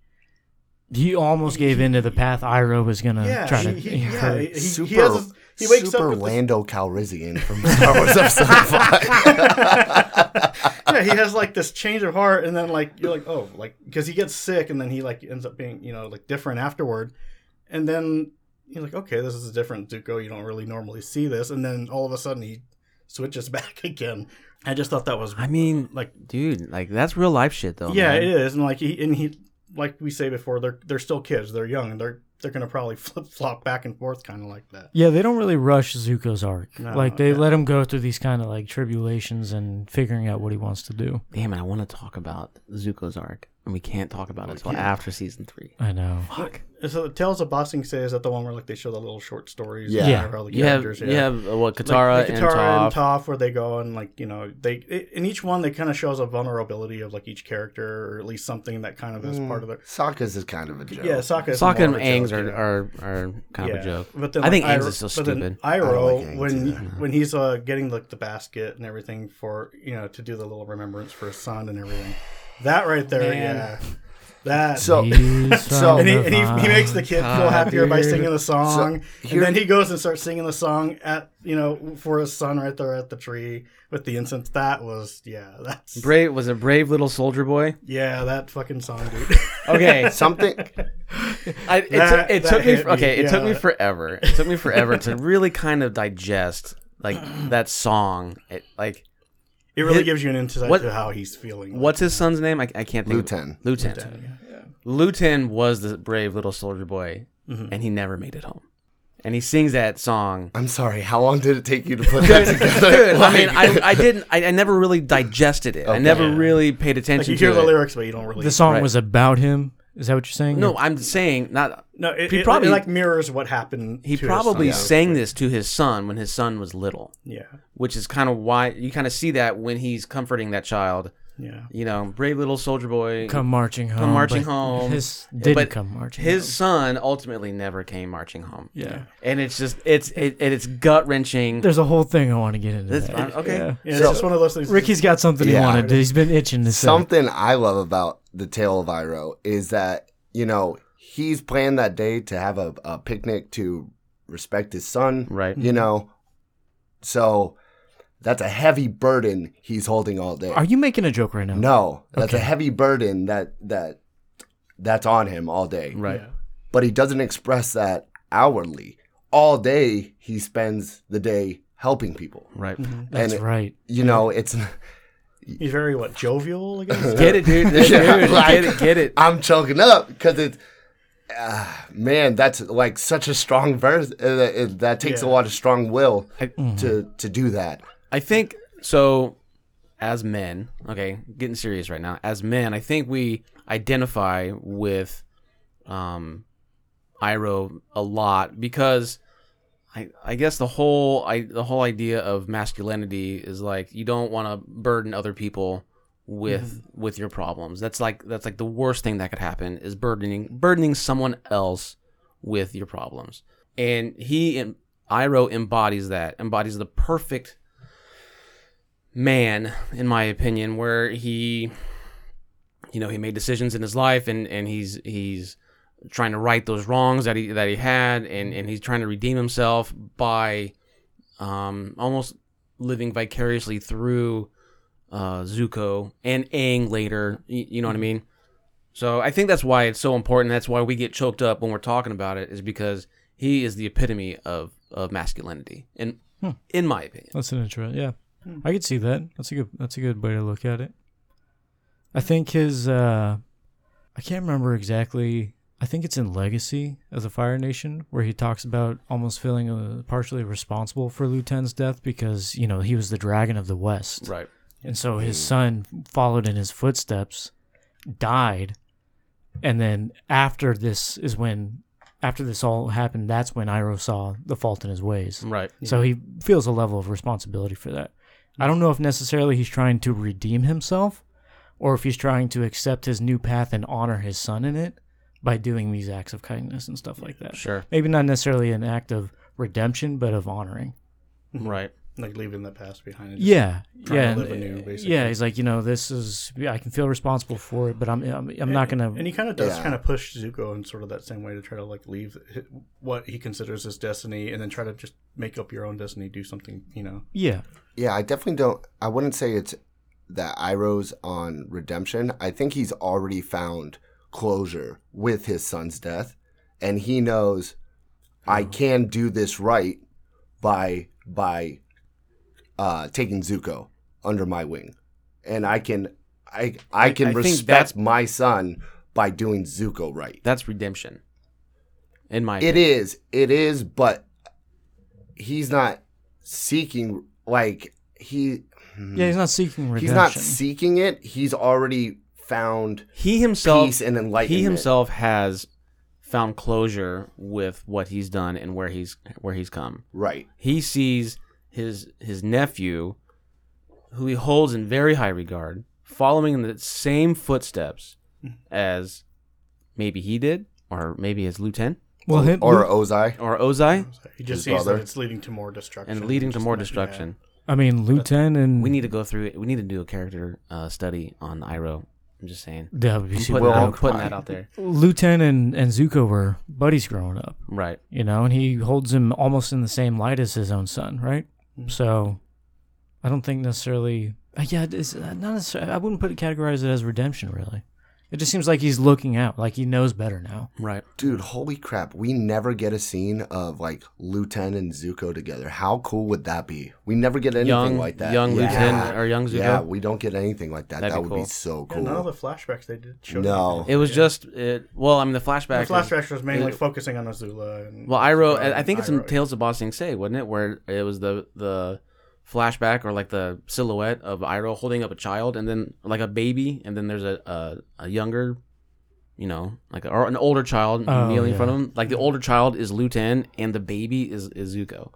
[SPEAKER 2] He almost gave in to the path Iroh was gonna
[SPEAKER 4] yeah,
[SPEAKER 2] try Uh, to. [LAUGHS]
[SPEAKER 4] he, he, yeah,
[SPEAKER 2] hurt.
[SPEAKER 4] he, he,
[SPEAKER 1] Super,
[SPEAKER 4] he has. His, he wakes
[SPEAKER 1] super
[SPEAKER 4] up with this-
[SPEAKER 1] Lando Calrissian from Star Wars Episode Five.
[SPEAKER 4] [LAUGHS] yeah, he has like this change of heart, and then like you're like, oh, like because he gets sick, and then he like ends up being you know like different afterward, and then you're like, okay, this is a different Zuko. You don't really normally see this, and then all of a sudden he switches [LAUGHS] back again. I just thought that was
[SPEAKER 5] I mean,
[SPEAKER 4] like
[SPEAKER 5] dude, like that's real life shit, though.
[SPEAKER 4] yeah,
[SPEAKER 5] Oh, man.
[SPEAKER 4] it is, and like he and he, like we say before, they're they're still kids. They're young, and they're they're gonna probably [LAUGHS] flip flop back and forth, kind of like that.
[SPEAKER 2] Yeah, they don't really rush Zuko's arc.
[SPEAKER 4] No,
[SPEAKER 2] like they
[SPEAKER 4] yeah.
[SPEAKER 2] let him go through these kind of like tribulations and figuring out what he wants to do.
[SPEAKER 5] Damn it, I want to talk about Zuko's arc, and we can't talk about it until after season three.
[SPEAKER 2] I know.
[SPEAKER 5] Fuck.
[SPEAKER 4] So the Tales of Bossing Say is that the one where like they show the little short stories?
[SPEAKER 1] Yeah.
[SPEAKER 4] and
[SPEAKER 2] Yeah.
[SPEAKER 4] whatever, all the
[SPEAKER 5] You have
[SPEAKER 4] characters,
[SPEAKER 5] you
[SPEAKER 4] yeah.
[SPEAKER 5] have uh, what Katara,
[SPEAKER 4] Like, the
[SPEAKER 5] and Toph.
[SPEAKER 4] Toph, where they go and like you know they in each one they kind of shows a vulnerability of like each character or at least something that kind of is part of their
[SPEAKER 1] Sokka's is kind of a joke.
[SPEAKER 4] yeah. Sokka, is
[SPEAKER 5] Hmm. Sokka
[SPEAKER 4] more
[SPEAKER 5] and
[SPEAKER 4] of a joke,
[SPEAKER 5] Aang's are,
[SPEAKER 4] yeah.
[SPEAKER 5] are are kind of a joke.
[SPEAKER 4] But then
[SPEAKER 5] I think
[SPEAKER 4] like,
[SPEAKER 5] Aang's
[SPEAKER 4] Iroh-
[SPEAKER 5] is so
[SPEAKER 4] but then
[SPEAKER 5] stupid.
[SPEAKER 1] don't
[SPEAKER 4] Iroh,
[SPEAKER 1] like Aang
[SPEAKER 4] when
[SPEAKER 1] either.
[SPEAKER 4] when he's uh, getting like the basket and everything for you know to do the little remembrance for his son and everything, that right there,
[SPEAKER 5] Man.
[SPEAKER 4] yeah, That.
[SPEAKER 1] So,
[SPEAKER 2] He's
[SPEAKER 1] So-
[SPEAKER 2] from
[SPEAKER 4] and he,
[SPEAKER 2] the
[SPEAKER 4] and he, he
[SPEAKER 2] vine.
[SPEAKER 4] makes the kid feel happier by
[SPEAKER 5] Oh dude.
[SPEAKER 4] singing the song,
[SPEAKER 1] here-
[SPEAKER 4] and then he goes and starts singing the song at you know for his son right there at the tree with the incense. That was yeah, that's
[SPEAKER 5] Brave was a brave little soldier
[SPEAKER 4] [LAUGHS]
[SPEAKER 5] boy.
[SPEAKER 4] yeah, that fucking song, dude. [LAUGHS]
[SPEAKER 5] Okay,
[SPEAKER 1] something.
[SPEAKER 5] [LAUGHS] I, it,
[SPEAKER 4] That-
[SPEAKER 5] took, it
[SPEAKER 4] that
[SPEAKER 5] took me.
[SPEAKER 4] hit me,
[SPEAKER 5] Okay, it took me
[SPEAKER 4] yeah.
[SPEAKER 5] forever. It took me forever to really kind of digest
[SPEAKER 4] [CLEARS THROAT]
[SPEAKER 5] like that song. It, like,
[SPEAKER 4] it really
[SPEAKER 5] Hit-
[SPEAKER 4] gives you an insight
[SPEAKER 5] what-
[SPEAKER 4] to how he's feeling.
[SPEAKER 5] what's his son's name? I, I can't think.
[SPEAKER 1] Luten.
[SPEAKER 5] Lutin. Lutin. Lutin was the brave little soldier boy,
[SPEAKER 4] Mm-hmm.
[SPEAKER 5] and he never made it home. And he sings that song.
[SPEAKER 1] I'm sorry. How long did it take you to
[SPEAKER 2] [LAUGHS]
[SPEAKER 1] put that together?
[SPEAKER 5] Good. I mean,
[SPEAKER 1] [LAUGHS] Like-
[SPEAKER 5] I, I didn't. I, I never really digested it. I never really paid
[SPEAKER 4] Like,
[SPEAKER 5] attention
[SPEAKER 4] you hear
[SPEAKER 5] to
[SPEAKER 4] the
[SPEAKER 5] it.
[SPEAKER 4] lyrics, but you don't really.
[SPEAKER 2] The song
[SPEAKER 5] Right.
[SPEAKER 2] was about him. Is that what you're saying?
[SPEAKER 5] No, I'm saying not.
[SPEAKER 4] no, it,
[SPEAKER 5] he
[SPEAKER 4] it-
[SPEAKER 5] probably-
[SPEAKER 4] it, like mirrors what happened.
[SPEAKER 5] He
[SPEAKER 4] to his
[SPEAKER 5] probably
[SPEAKER 4] son.
[SPEAKER 5] sang this to his son when his son was little.
[SPEAKER 4] Yeah,
[SPEAKER 5] which is kind of why you kind of see that when he's comforting that child.
[SPEAKER 4] yeah.
[SPEAKER 5] You know, brave little soldier boy.
[SPEAKER 2] come marching home.
[SPEAKER 5] marching
[SPEAKER 2] but
[SPEAKER 5] home.
[SPEAKER 2] His didn't
[SPEAKER 5] But
[SPEAKER 2] come marching.
[SPEAKER 5] His
[SPEAKER 2] home.
[SPEAKER 5] son ultimately never came marching home.
[SPEAKER 2] yeah.
[SPEAKER 5] and it's just it's it, and it's gut wrenching.
[SPEAKER 2] There's a whole thing I want to get into.
[SPEAKER 5] That's
[SPEAKER 2] that.
[SPEAKER 5] fine, okay.
[SPEAKER 2] Yeah.
[SPEAKER 4] Yeah, it's
[SPEAKER 1] So-
[SPEAKER 4] just one of those things.
[SPEAKER 2] Ricky's got something
[SPEAKER 1] Yeah.
[SPEAKER 2] he wanted. to- He's been itching to say.
[SPEAKER 1] Something I love about the tale of Iro is that, you know, he's planned that day to have a, a picnic to respect his son.
[SPEAKER 5] Right.
[SPEAKER 1] You know, so that's a heavy burden he's holding all day.
[SPEAKER 2] Are you making a joke right now?
[SPEAKER 1] no, that's a
[SPEAKER 2] Okay.
[SPEAKER 1] heavy burden that, that, that's on him all day.
[SPEAKER 5] Right.
[SPEAKER 1] But he doesn't express that hourly. All day, he spends the day helping people.
[SPEAKER 4] [LAUGHS]
[SPEAKER 5] Right.
[SPEAKER 1] and
[SPEAKER 2] That's
[SPEAKER 1] it-
[SPEAKER 2] right.
[SPEAKER 1] You know, it's,
[SPEAKER 4] Mm-hmm. He's very what jovial, I guess.
[SPEAKER 5] [LAUGHS] Get it,
[SPEAKER 1] [LAUGHS]
[SPEAKER 5] dude. Dude,
[SPEAKER 1] Yeah,
[SPEAKER 5] dude,
[SPEAKER 1] like-
[SPEAKER 5] get it. Get it.
[SPEAKER 1] I'm choking up because it's, uh, man, that's like such a strong verse. Uh, it, that takes a
[SPEAKER 4] Yeah.
[SPEAKER 1] lot of strong will
[SPEAKER 5] I-
[SPEAKER 2] Mm-hmm.
[SPEAKER 1] to to do that.
[SPEAKER 5] I think so. As men, okay, getting serious right now. As men, I think we identify with um, Iro a lot because I, I guess the whole I, the whole idea of masculinity is like you don't want to burden other people with with your problems. That's like that's like the worst thing that could happen is burdening burdening someone else with your problems. And he and Iro embodies that embodies the perfect man in my opinion where he you know he made decisions in his life and and he's he's trying to right those wrongs that he that he had and and he's trying to redeem himself by um almost living vicariously through uh Zuko and Aang later you, you know what I mean so I think that's why it's so important that's why we get choked up when we're talking about it is because he is the epitome of of masculinity and in my opinion
[SPEAKER 2] That's an intro. Yeah, I could see that. That's a good. That's a good way to look at it. I think his. uh I can't remember exactly. I think it's in Legacy of the Fire Nation where he talks about almost feeling uh, partially responsible for Luten's death because you know he was the dragon of the West,
[SPEAKER 5] right
[SPEAKER 2] and so his son followed in his footsteps, died, and then after this is when. After this all happened, that's when Iroh saw the fault in his ways.
[SPEAKER 5] right
[SPEAKER 2] So he feels a level of responsibility for that. I don't know if necessarily he's trying to redeem himself or if he's trying to accept his new path and honor his son in it by doing these acts of kindness and stuff like that.
[SPEAKER 5] sure
[SPEAKER 2] Maybe not necessarily an act of redemption, but of honoring.
[SPEAKER 5] right
[SPEAKER 4] Mm-hmm. like leaving the past behind. and just
[SPEAKER 2] Yeah.
[SPEAKER 4] trying
[SPEAKER 2] Yeah.
[SPEAKER 4] to live
[SPEAKER 2] and-
[SPEAKER 4] anew, basically.
[SPEAKER 2] Yeah, he's like, you know, this is I can feel responsible for it, but I'm I'm, I'm not going
[SPEAKER 4] And
[SPEAKER 2] to
[SPEAKER 4] he kind of does
[SPEAKER 1] Yeah.
[SPEAKER 4] kind of push Zuko in sort of that same way to try to like leave hi- what he considers his destiny, and then try to just make up your own destiny, do something, you know.
[SPEAKER 2] Yeah.
[SPEAKER 1] Yeah, I definitely don't. I wouldn't say it's that Iroh's on redemption. I think he's already found closure with his son's death, and he knows I can do this right by by uh, taking Zuko under my wing, and I can I I can
[SPEAKER 5] I think
[SPEAKER 1] respect
[SPEAKER 5] that's-
[SPEAKER 1] my son by doing Zuko right.
[SPEAKER 5] That's redemption. In my
[SPEAKER 1] It is. It is, but he's not seeking like he hmm.
[SPEAKER 2] Yeah,
[SPEAKER 4] Hmm.
[SPEAKER 2] he's not seeking redemption.
[SPEAKER 1] he's not seeking it. He's already found
[SPEAKER 5] he himself
[SPEAKER 1] peace and enlightenment.
[SPEAKER 5] he himself has found closure with what he's done and where he's where he's come.
[SPEAKER 1] right.
[SPEAKER 5] He sees his his nephew who he holds in very high regard following in the same footsteps as maybe he did or maybe his lieutenant
[SPEAKER 2] well, him,
[SPEAKER 1] Or Ozai.
[SPEAKER 5] or Ozai
[SPEAKER 4] So he just
[SPEAKER 1] His
[SPEAKER 4] sees
[SPEAKER 1] brother.
[SPEAKER 4] that it's leading to more destruction
[SPEAKER 5] and leading to
[SPEAKER 4] just
[SPEAKER 5] more
[SPEAKER 4] like, yeah.
[SPEAKER 5] destruction.
[SPEAKER 2] I mean, Luten and
[SPEAKER 5] We need to go through it. We need to do a character uh, study on Iroh I'm just saying.
[SPEAKER 2] The WBC.
[SPEAKER 5] Putting,
[SPEAKER 1] We'll
[SPEAKER 5] that,
[SPEAKER 1] all
[SPEAKER 5] I'm putting
[SPEAKER 1] cry.
[SPEAKER 5] that out there.
[SPEAKER 2] Luten and, and Zuko were buddies growing up,
[SPEAKER 5] Right.
[SPEAKER 2] you know, and he holds him almost in the same light as his own son, right?
[SPEAKER 4] Mm-hmm.
[SPEAKER 2] So I don't think necessarily. uh, Yeah, it's uh, not necessarily. I wouldn't put it categorize it as redemption, really. It just seems like he's looking out, like he knows better now.
[SPEAKER 5] Right.
[SPEAKER 1] Dude, holy crap. We never get a scene of like Luten and Zuko together. How cool would that be? We never get anything
[SPEAKER 5] Young
[SPEAKER 1] like that.
[SPEAKER 5] young
[SPEAKER 1] yeah.
[SPEAKER 5] Lieutenant or young Zuko.
[SPEAKER 1] Yeah, we don't get anything like that.
[SPEAKER 5] That'd
[SPEAKER 1] that
[SPEAKER 5] be
[SPEAKER 1] would be
[SPEAKER 5] cool.
[SPEAKER 1] so
[SPEAKER 4] Yeah,
[SPEAKER 1] cool.
[SPEAKER 4] none of the flashbacks they did show.
[SPEAKER 1] No.
[SPEAKER 5] It was just it. Well, I mean, the
[SPEAKER 4] The
[SPEAKER 5] flashback. is-
[SPEAKER 4] flashbacks was mainly focusing on Azula. And
[SPEAKER 5] well, I wrote.
[SPEAKER 4] Sokka
[SPEAKER 5] I I think
[SPEAKER 4] and
[SPEAKER 5] it's in
[SPEAKER 4] Iroh.
[SPEAKER 5] Tales of Bossing Say, wasn't it? Where it was the the flashback or like the silhouette of Iroh holding up a child, and then like a baby, and then there's a a, a younger, you know, like or an older child
[SPEAKER 2] Oh,
[SPEAKER 5] kneeling in
[SPEAKER 2] yeah.
[SPEAKER 5] front of him. Like the older child is Luten, and the baby is, is Zuko.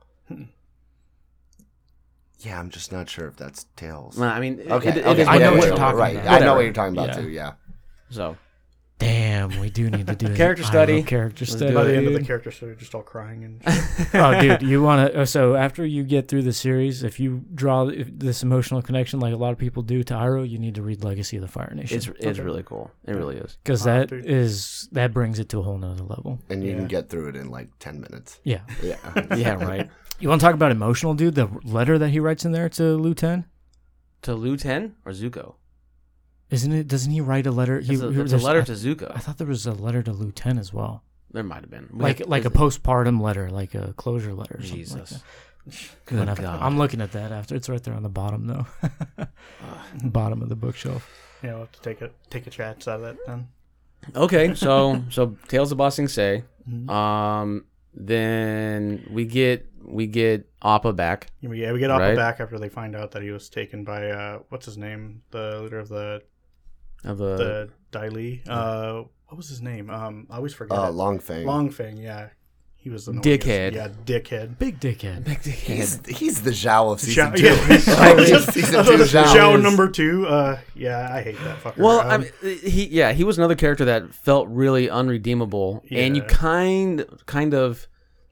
[SPEAKER 1] yeah, I'm just not sure if that's Tails.
[SPEAKER 5] Nah, I mean, it-
[SPEAKER 1] Okay,
[SPEAKER 5] it- it
[SPEAKER 1] okay,
[SPEAKER 5] is what
[SPEAKER 2] I know
[SPEAKER 5] it
[SPEAKER 2] what
[SPEAKER 5] is.
[SPEAKER 2] you're talking
[SPEAKER 1] right.
[SPEAKER 5] about.
[SPEAKER 1] I know
[SPEAKER 5] Whatever.
[SPEAKER 1] what you're talking about
[SPEAKER 5] Yeah.
[SPEAKER 1] too. Yeah.
[SPEAKER 5] So
[SPEAKER 2] Damn, we do need to
[SPEAKER 4] [LAUGHS]
[SPEAKER 2] do
[SPEAKER 3] Character
[SPEAKER 2] an Iroh
[SPEAKER 3] study.
[SPEAKER 2] Character
[SPEAKER 5] Let's
[SPEAKER 2] study.
[SPEAKER 5] do
[SPEAKER 4] By the end
[SPEAKER 2] [LAUGHS]
[SPEAKER 4] of
[SPEAKER 2] dude.
[SPEAKER 4] the character, so they're just all
[SPEAKER 5] [LAUGHS]
[SPEAKER 4] crying and shit.
[SPEAKER 2] oh, dude, you want to? So after you get through the series, if you draw this emotional connection, like a lot of people do to Iroh, you need to read Legacy of the Fire
[SPEAKER 5] it's
[SPEAKER 2] Nation
[SPEAKER 5] it's really cool. It really is.
[SPEAKER 2] because
[SPEAKER 4] I'll
[SPEAKER 2] that
[SPEAKER 4] have to-
[SPEAKER 2] is that brings it to a whole nother level.
[SPEAKER 1] And you can
[SPEAKER 4] Yeah.
[SPEAKER 1] get through it in like 10 minutes.
[SPEAKER 2] Yeah,
[SPEAKER 1] Yeah.
[SPEAKER 5] Yeah, right.
[SPEAKER 2] you want to talk about emotional, dude? The letter that he writes in there to Luten,
[SPEAKER 5] to Luten or Zuko.
[SPEAKER 2] isn't it? Doesn't he write a letter? He,
[SPEAKER 5] It's a,
[SPEAKER 2] he-
[SPEAKER 5] it's a
[SPEAKER 2] there's-
[SPEAKER 5] letter
[SPEAKER 2] I,
[SPEAKER 5] to Zuko.
[SPEAKER 2] I thought there was a letter to Luten as well,
[SPEAKER 5] There might have been We
[SPEAKER 2] like
[SPEAKER 5] have-
[SPEAKER 2] like a
[SPEAKER 5] is-
[SPEAKER 2] postpartum letter, like a closure letter. Or Something like
[SPEAKER 5] Jesus.
[SPEAKER 2] that.
[SPEAKER 5] [LAUGHS] Good
[SPEAKER 2] Whatever.
[SPEAKER 5] God.
[SPEAKER 2] I'm looking at that after. It's right there on the bottom, though. [LAUGHS] bottom of the bookshelf.
[SPEAKER 4] [LAUGHS] you know, have to take a take a chance out of that. Then
[SPEAKER 2] [LAUGHS]
[SPEAKER 5] okay, so so Tales of Bossing Say.
[SPEAKER 2] Mm-hmm.
[SPEAKER 5] Um, then we get we get Appa back.
[SPEAKER 4] You know, yeah, we get Appa
[SPEAKER 5] Right.
[SPEAKER 4] back after they find out that he was taken by uh, what's his name, the leader of the
[SPEAKER 5] Of the,
[SPEAKER 4] the Dai Li. Uh, what was his name? Um, I always forget.
[SPEAKER 1] Uh,
[SPEAKER 4] it.
[SPEAKER 1] long thing.
[SPEAKER 4] Longfang, yeah, he was the annoyingest-
[SPEAKER 5] Dickhead.
[SPEAKER 4] Yeah, dickhead.
[SPEAKER 2] Big dickhead.
[SPEAKER 1] He's, he's the Zhao of [LAUGHS] season
[SPEAKER 4] Zhao-
[SPEAKER 1] two.
[SPEAKER 4] yeah.
[SPEAKER 1] season two Zhao.
[SPEAKER 4] Zhao number two. Uh, yeah, I hate that fucker.
[SPEAKER 5] well, I
[SPEAKER 4] Um,
[SPEAKER 5] mean, he yeah he was another character that felt really unredeemable, and you
[SPEAKER 4] Yeah.
[SPEAKER 5] kind kind of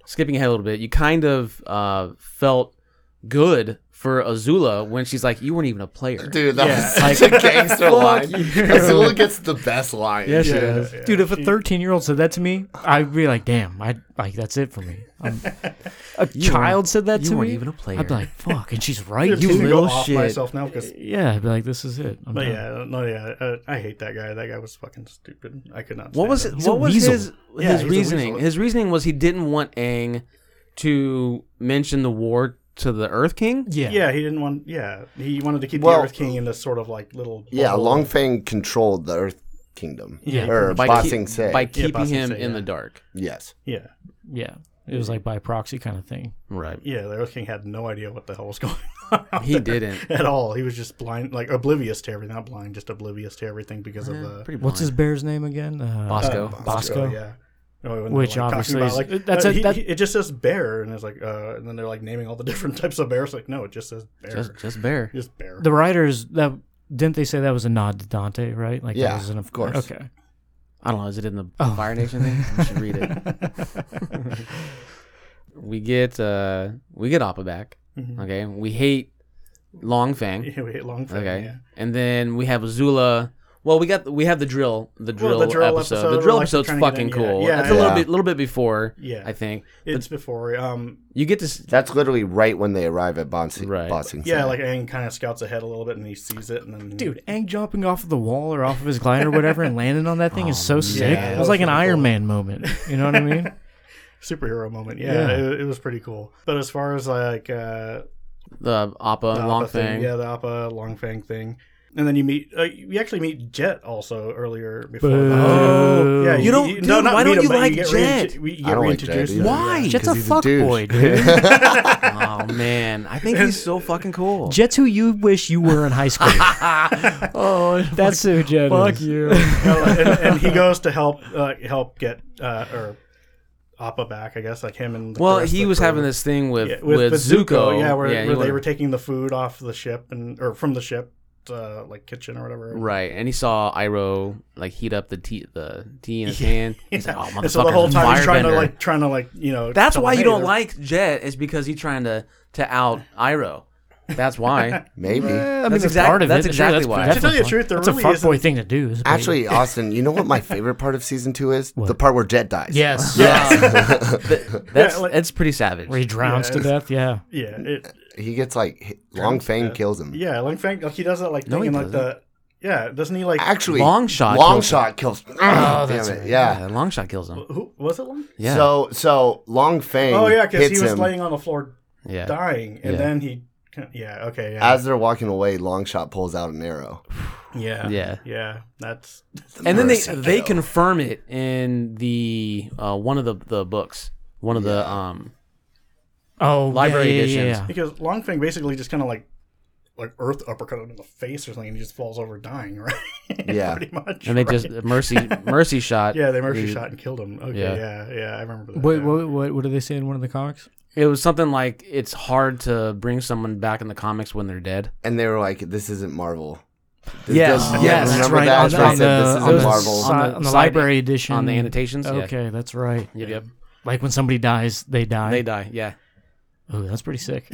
[SPEAKER 5] skipping ahead a little bit. You kind of uh, felt good for Azula when she's like, "You weren't even a player."
[SPEAKER 1] Dude, that
[SPEAKER 4] Yeah.
[SPEAKER 1] was such a gangster line. [LAUGHS] Azula gets the best line.
[SPEAKER 3] Yes,
[SPEAKER 4] yeah,
[SPEAKER 3] it is.
[SPEAKER 4] yeah,
[SPEAKER 2] Dude, if a
[SPEAKER 4] she-
[SPEAKER 2] 13 year old said that to me, I'd be like, damn, I like that's it for [LAUGHS] me. I'm, a child said that
[SPEAKER 5] you
[SPEAKER 2] to
[SPEAKER 5] weren't
[SPEAKER 2] me.
[SPEAKER 5] even a player.
[SPEAKER 2] I'd be like, fuck, and she's right.
[SPEAKER 4] I'm just
[SPEAKER 2] too.
[SPEAKER 4] gonna
[SPEAKER 5] little
[SPEAKER 4] go off
[SPEAKER 5] shit.
[SPEAKER 4] myself now because.
[SPEAKER 2] [LAUGHS] Yeah, I'd be like, this is it. I'm
[SPEAKER 4] But
[SPEAKER 2] done.
[SPEAKER 4] yeah, no, yeah, uh, I hate that guy. That guy was fucking stupid. I could not.
[SPEAKER 5] What
[SPEAKER 4] stand
[SPEAKER 5] was
[SPEAKER 4] him.
[SPEAKER 5] it?
[SPEAKER 2] He's a
[SPEAKER 5] What was
[SPEAKER 2] weasel.
[SPEAKER 5] his
[SPEAKER 4] Yeah, he's
[SPEAKER 5] his
[SPEAKER 4] a
[SPEAKER 5] reasoning?
[SPEAKER 4] weasel.
[SPEAKER 5] His reasoning was he didn't want Aang to mention the war to the Earth King.
[SPEAKER 2] yeah,
[SPEAKER 4] Yeah, he didn't want. Yeah, he wanted to keep
[SPEAKER 1] Well-
[SPEAKER 4] the Earth King in this sort of like little.
[SPEAKER 1] Yeah,
[SPEAKER 4] bubble.
[SPEAKER 1] Longfang controlled the Earth Kingdom.
[SPEAKER 2] Yeah.
[SPEAKER 1] Or
[SPEAKER 5] By,
[SPEAKER 1] Ba
[SPEAKER 5] keep-
[SPEAKER 1] Sing Se.
[SPEAKER 5] by keeping
[SPEAKER 4] Ba Sing
[SPEAKER 5] him
[SPEAKER 4] Se,
[SPEAKER 5] in
[SPEAKER 4] yeah.
[SPEAKER 5] the dark.
[SPEAKER 1] yes.
[SPEAKER 4] Yeah,
[SPEAKER 2] Yeah. It was like by proxy kind of thing.
[SPEAKER 5] Right.
[SPEAKER 4] yeah. The Earth King had no idea what the hell was [LAUGHS] going on. out
[SPEAKER 5] He
[SPEAKER 4] there
[SPEAKER 5] didn't.
[SPEAKER 4] at all. He was just blind, like oblivious to everything. Not blind, just oblivious to everything because of the
[SPEAKER 5] Pretty
[SPEAKER 2] What's his
[SPEAKER 5] blind.
[SPEAKER 2] bear's name again? Uh,
[SPEAKER 5] Bosco?
[SPEAKER 2] Uh-huh. Bosco.
[SPEAKER 4] Yeah. No, when they're,
[SPEAKER 2] Which
[SPEAKER 4] talking
[SPEAKER 2] obviously
[SPEAKER 4] about,
[SPEAKER 2] is-
[SPEAKER 4] like,
[SPEAKER 2] that's
[SPEAKER 4] uh,
[SPEAKER 2] a-
[SPEAKER 4] he-
[SPEAKER 2] that-
[SPEAKER 4] he- it just says bear, and it's like, uh, and then they're like naming all the [LAUGHS] different types of bears. Like, no, it just says bear, just,
[SPEAKER 5] Just, just bear.
[SPEAKER 4] bear. [LAUGHS]
[SPEAKER 2] The writers that didn't they say that was a nod to Dante, right? Like that
[SPEAKER 1] Yeah,
[SPEAKER 2] was an-
[SPEAKER 1] of course.
[SPEAKER 2] Okay.
[SPEAKER 5] I don't know. Is it in the
[SPEAKER 2] Oh.
[SPEAKER 5] Fire Nation thing? I should
[SPEAKER 2] [LAUGHS]
[SPEAKER 5] read it. we get uh we get Appa back. Okay. We hate Long Fang.
[SPEAKER 4] Mhm. Yeah, we hit long thing,
[SPEAKER 5] Okay.
[SPEAKER 4] yeah.
[SPEAKER 5] And then we have Azula. Well, we got we have the drill, the drill,
[SPEAKER 4] the drill
[SPEAKER 5] episode.
[SPEAKER 4] episode,
[SPEAKER 5] The drill
[SPEAKER 4] like,
[SPEAKER 5] episode's
[SPEAKER 4] trying to get
[SPEAKER 5] fucking
[SPEAKER 4] in, yeah.
[SPEAKER 5] cool.
[SPEAKER 4] Yeah,
[SPEAKER 5] it's a little
[SPEAKER 1] yeah.
[SPEAKER 5] bit, little bit before.
[SPEAKER 4] Yeah.
[SPEAKER 5] I think
[SPEAKER 4] It's before, um,
[SPEAKER 5] you get to. s-
[SPEAKER 1] That's literally right when they arrive at Ba Sing,
[SPEAKER 5] Right.
[SPEAKER 1] Ba Sing Se.
[SPEAKER 4] yeah, like Aang kind of scouts ahead a little bit, and he sees it, and then
[SPEAKER 2] Dude, Aang jumping off of the wall or off of his glider or whatever and landing on that thing is so sick.
[SPEAKER 4] that
[SPEAKER 2] it was
[SPEAKER 4] was
[SPEAKER 2] like an
[SPEAKER 4] pretty
[SPEAKER 2] Iron
[SPEAKER 4] cool.
[SPEAKER 2] Man moment. You know what I mean?
[SPEAKER 4] superhero moment. Yeah,
[SPEAKER 2] Yeah.
[SPEAKER 4] It, it was pretty cool. But as far as like uh,
[SPEAKER 5] the Appa
[SPEAKER 4] the
[SPEAKER 5] Long
[SPEAKER 4] Appa thing,
[SPEAKER 5] Fang.
[SPEAKER 4] yeah, the Appa long fang thing, and then you meet, uh, you actually meet Jet also earlier before. that.
[SPEAKER 2] Oh.
[SPEAKER 4] Yeah,
[SPEAKER 5] You don't- dude, why
[SPEAKER 4] meet
[SPEAKER 5] don't you
[SPEAKER 4] but
[SPEAKER 5] like
[SPEAKER 4] get
[SPEAKER 5] Jed?
[SPEAKER 4] reintro- we
[SPEAKER 1] I
[SPEAKER 4] get
[SPEAKER 1] don't like Jed
[SPEAKER 4] reintroduced.
[SPEAKER 1] either.
[SPEAKER 5] Why?
[SPEAKER 2] Jet's a
[SPEAKER 1] Because he's a
[SPEAKER 2] fuck
[SPEAKER 1] douche.
[SPEAKER 2] boy, dude.
[SPEAKER 5] Oh man, I think he's
[SPEAKER 4] [LAUGHS]
[SPEAKER 5] so fucking
[SPEAKER 2] [LAUGHS]
[SPEAKER 5] cool.
[SPEAKER 2] Jet's who you wish you were in high school. oh, [LAUGHS] that's who Jet is. [LAUGHS]
[SPEAKER 3] you.
[SPEAKER 4] No, and, and
[SPEAKER 5] [LAUGHS]
[SPEAKER 4] he goes to help uh, help get uh, or Appa back, I guess, like him and. The
[SPEAKER 5] Well,
[SPEAKER 4] rest of
[SPEAKER 5] he
[SPEAKER 4] the
[SPEAKER 5] was
[SPEAKER 4] crew.
[SPEAKER 5] having this thing with
[SPEAKER 4] Yeah,
[SPEAKER 5] with, Zuko.
[SPEAKER 4] yeah, where,
[SPEAKER 5] he
[SPEAKER 4] where they
[SPEAKER 5] wanted-
[SPEAKER 4] were taking the food off the ship and or from the ship, uh, like kitchen or whatever.
[SPEAKER 5] [LAUGHS] right, and he saw Iroh like heat up the tea the tea in his hand. He's
[SPEAKER 4] [LAUGHS]
[SPEAKER 5] like, "Oh
[SPEAKER 4] And so the
[SPEAKER 5] motherfucker,
[SPEAKER 4] whole time he's trying to
[SPEAKER 5] firebender."
[SPEAKER 4] like trying to like you know.
[SPEAKER 5] That's
[SPEAKER 4] tell
[SPEAKER 5] why
[SPEAKER 4] him,
[SPEAKER 5] you
[SPEAKER 4] "Hey,
[SPEAKER 5] don't
[SPEAKER 4] they're-
[SPEAKER 5] like Jet is because he's trying to to out Iroh. That's
[SPEAKER 4] [LAUGHS]
[SPEAKER 5] why.
[SPEAKER 1] [LAUGHS] Maybe.
[SPEAKER 2] I mean,
[SPEAKER 5] That's
[SPEAKER 2] that's
[SPEAKER 5] exact-
[SPEAKER 2] part of
[SPEAKER 5] that's
[SPEAKER 2] it.
[SPEAKER 5] exactly
[SPEAKER 2] that's,
[SPEAKER 5] why.
[SPEAKER 2] that's
[SPEAKER 5] To
[SPEAKER 4] tell you the
[SPEAKER 2] fun.
[SPEAKER 4] truth, there
[SPEAKER 2] that's a
[SPEAKER 4] really
[SPEAKER 2] fuck
[SPEAKER 4] isn't-
[SPEAKER 2] boy thing to do. is-
[SPEAKER 1] Actually, Austin, you know what my favorite part of season two is? The part where Jet dies.
[SPEAKER 2] yes,
[SPEAKER 5] That's
[SPEAKER 4] Yeah, like-
[SPEAKER 5] that's pretty savage.
[SPEAKER 2] [LAUGHS] where he drowns to death. Yeah,
[SPEAKER 4] Yeah, it,
[SPEAKER 1] [LAUGHS] He gets like hit, Long Fang kills him.
[SPEAKER 4] yeah. Lang Fang, like he does that like
[SPEAKER 5] No,
[SPEAKER 4] thing
[SPEAKER 5] he
[SPEAKER 4] in like the yeah. Doesn't he like
[SPEAKER 1] Actually,
[SPEAKER 5] Long Shot
[SPEAKER 1] Long
[SPEAKER 5] kills him.
[SPEAKER 1] shot kills. Oh,
[SPEAKER 2] that's right.
[SPEAKER 1] Yeah.
[SPEAKER 5] Yeah, long shot kills him.
[SPEAKER 4] who was it? Lang?
[SPEAKER 5] Yeah.
[SPEAKER 1] So so Long Fang.
[SPEAKER 4] Oh yeah, because
[SPEAKER 1] hits
[SPEAKER 4] he was
[SPEAKER 1] him.
[SPEAKER 4] laying on the floor
[SPEAKER 5] yeah.
[SPEAKER 4] dying, and
[SPEAKER 5] Yeah.
[SPEAKER 4] then he yeah okay yeah
[SPEAKER 1] As they're walking away, Long Shot pulls out an
[SPEAKER 4] [LAUGHS]
[SPEAKER 1] arrow.
[SPEAKER 4] yeah
[SPEAKER 5] Yeah.
[SPEAKER 4] yeah that's
[SPEAKER 5] [LAUGHS] and then they
[SPEAKER 1] Mercy
[SPEAKER 5] they
[SPEAKER 1] kill.
[SPEAKER 5] confirm it in the uh, one of the the books, one of the um
[SPEAKER 2] Oh, yeah,
[SPEAKER 5] Library
[SPEAKER 2] yeah, yeah,
[SPEAKER 5] editions.
[SPEAKER 2] yeah.
[SPEAKER 4] because Long Fang basically just kind of like like Earth uppercut him in the face or something, and he just falls over dying, [LAUGHS] right?
[SPEAKER 1] Yeah.
[SPEAKER 4] pretty much.
[SPEAKER 5] and they just
[SPEAKER 4] right? [LAUGHS]
[SPEAKER 5] mercy mercy shot.
[SPEAKER 4] yeah they mercy
[SPEAKER 5] He-
[SPEAKER 4] shot and killed him. Okay
[SPEAKER 5] Yeah.
[SPEAKER 4] yeah yeah, I remember that.
[SPEAKER 2] Wait,
[SPEAKER 4] yeah.
[SPEAKER 2] what, what, what do they say in one of the comics?
[SPEAKER 5] It was something like it's hard to bring someone back in the comics when they're dead.
[SPEAKER 1] And they were like, "This isn't Marvel." This
[SPEAKER 5] Yes.
[SPEAKER 1] doesn't-
[SPEAKER 5] Yes,
[SPEAKER 2] that's
[SPEAKER 1] remember
[SPEAKER 2] right.
[SPEAKER 1] that?
[SPEAKER 2] On,
[SPEAKER 1] They
[SPEAKER 2] the- on
[SPEAKER 1] said,
[SPEAKER 2] the,
[SPEAKER 1] "This
[SPEAKER 2] on
[SPEAKER 1] isn't
[SPEAKER 2] the
[SPEAKER 1] Marvel."
[SPEAKER 2] si- on the,
[SPEAKER 5] side-
[SPEAKER 2] library edition.
[SPEAKER 4] Mm.
[SPEAKER 5] on the annotations, yeah.
[SPEAKER 2] Okay, that's right.
[SPEAKER 5] Yep, yep.
[SPEAKER 2] Like when somebody dies, they die.
[SPEAKER 5] They die. Yeah.
[SPEAKER 2] Oh, that's pretty sick.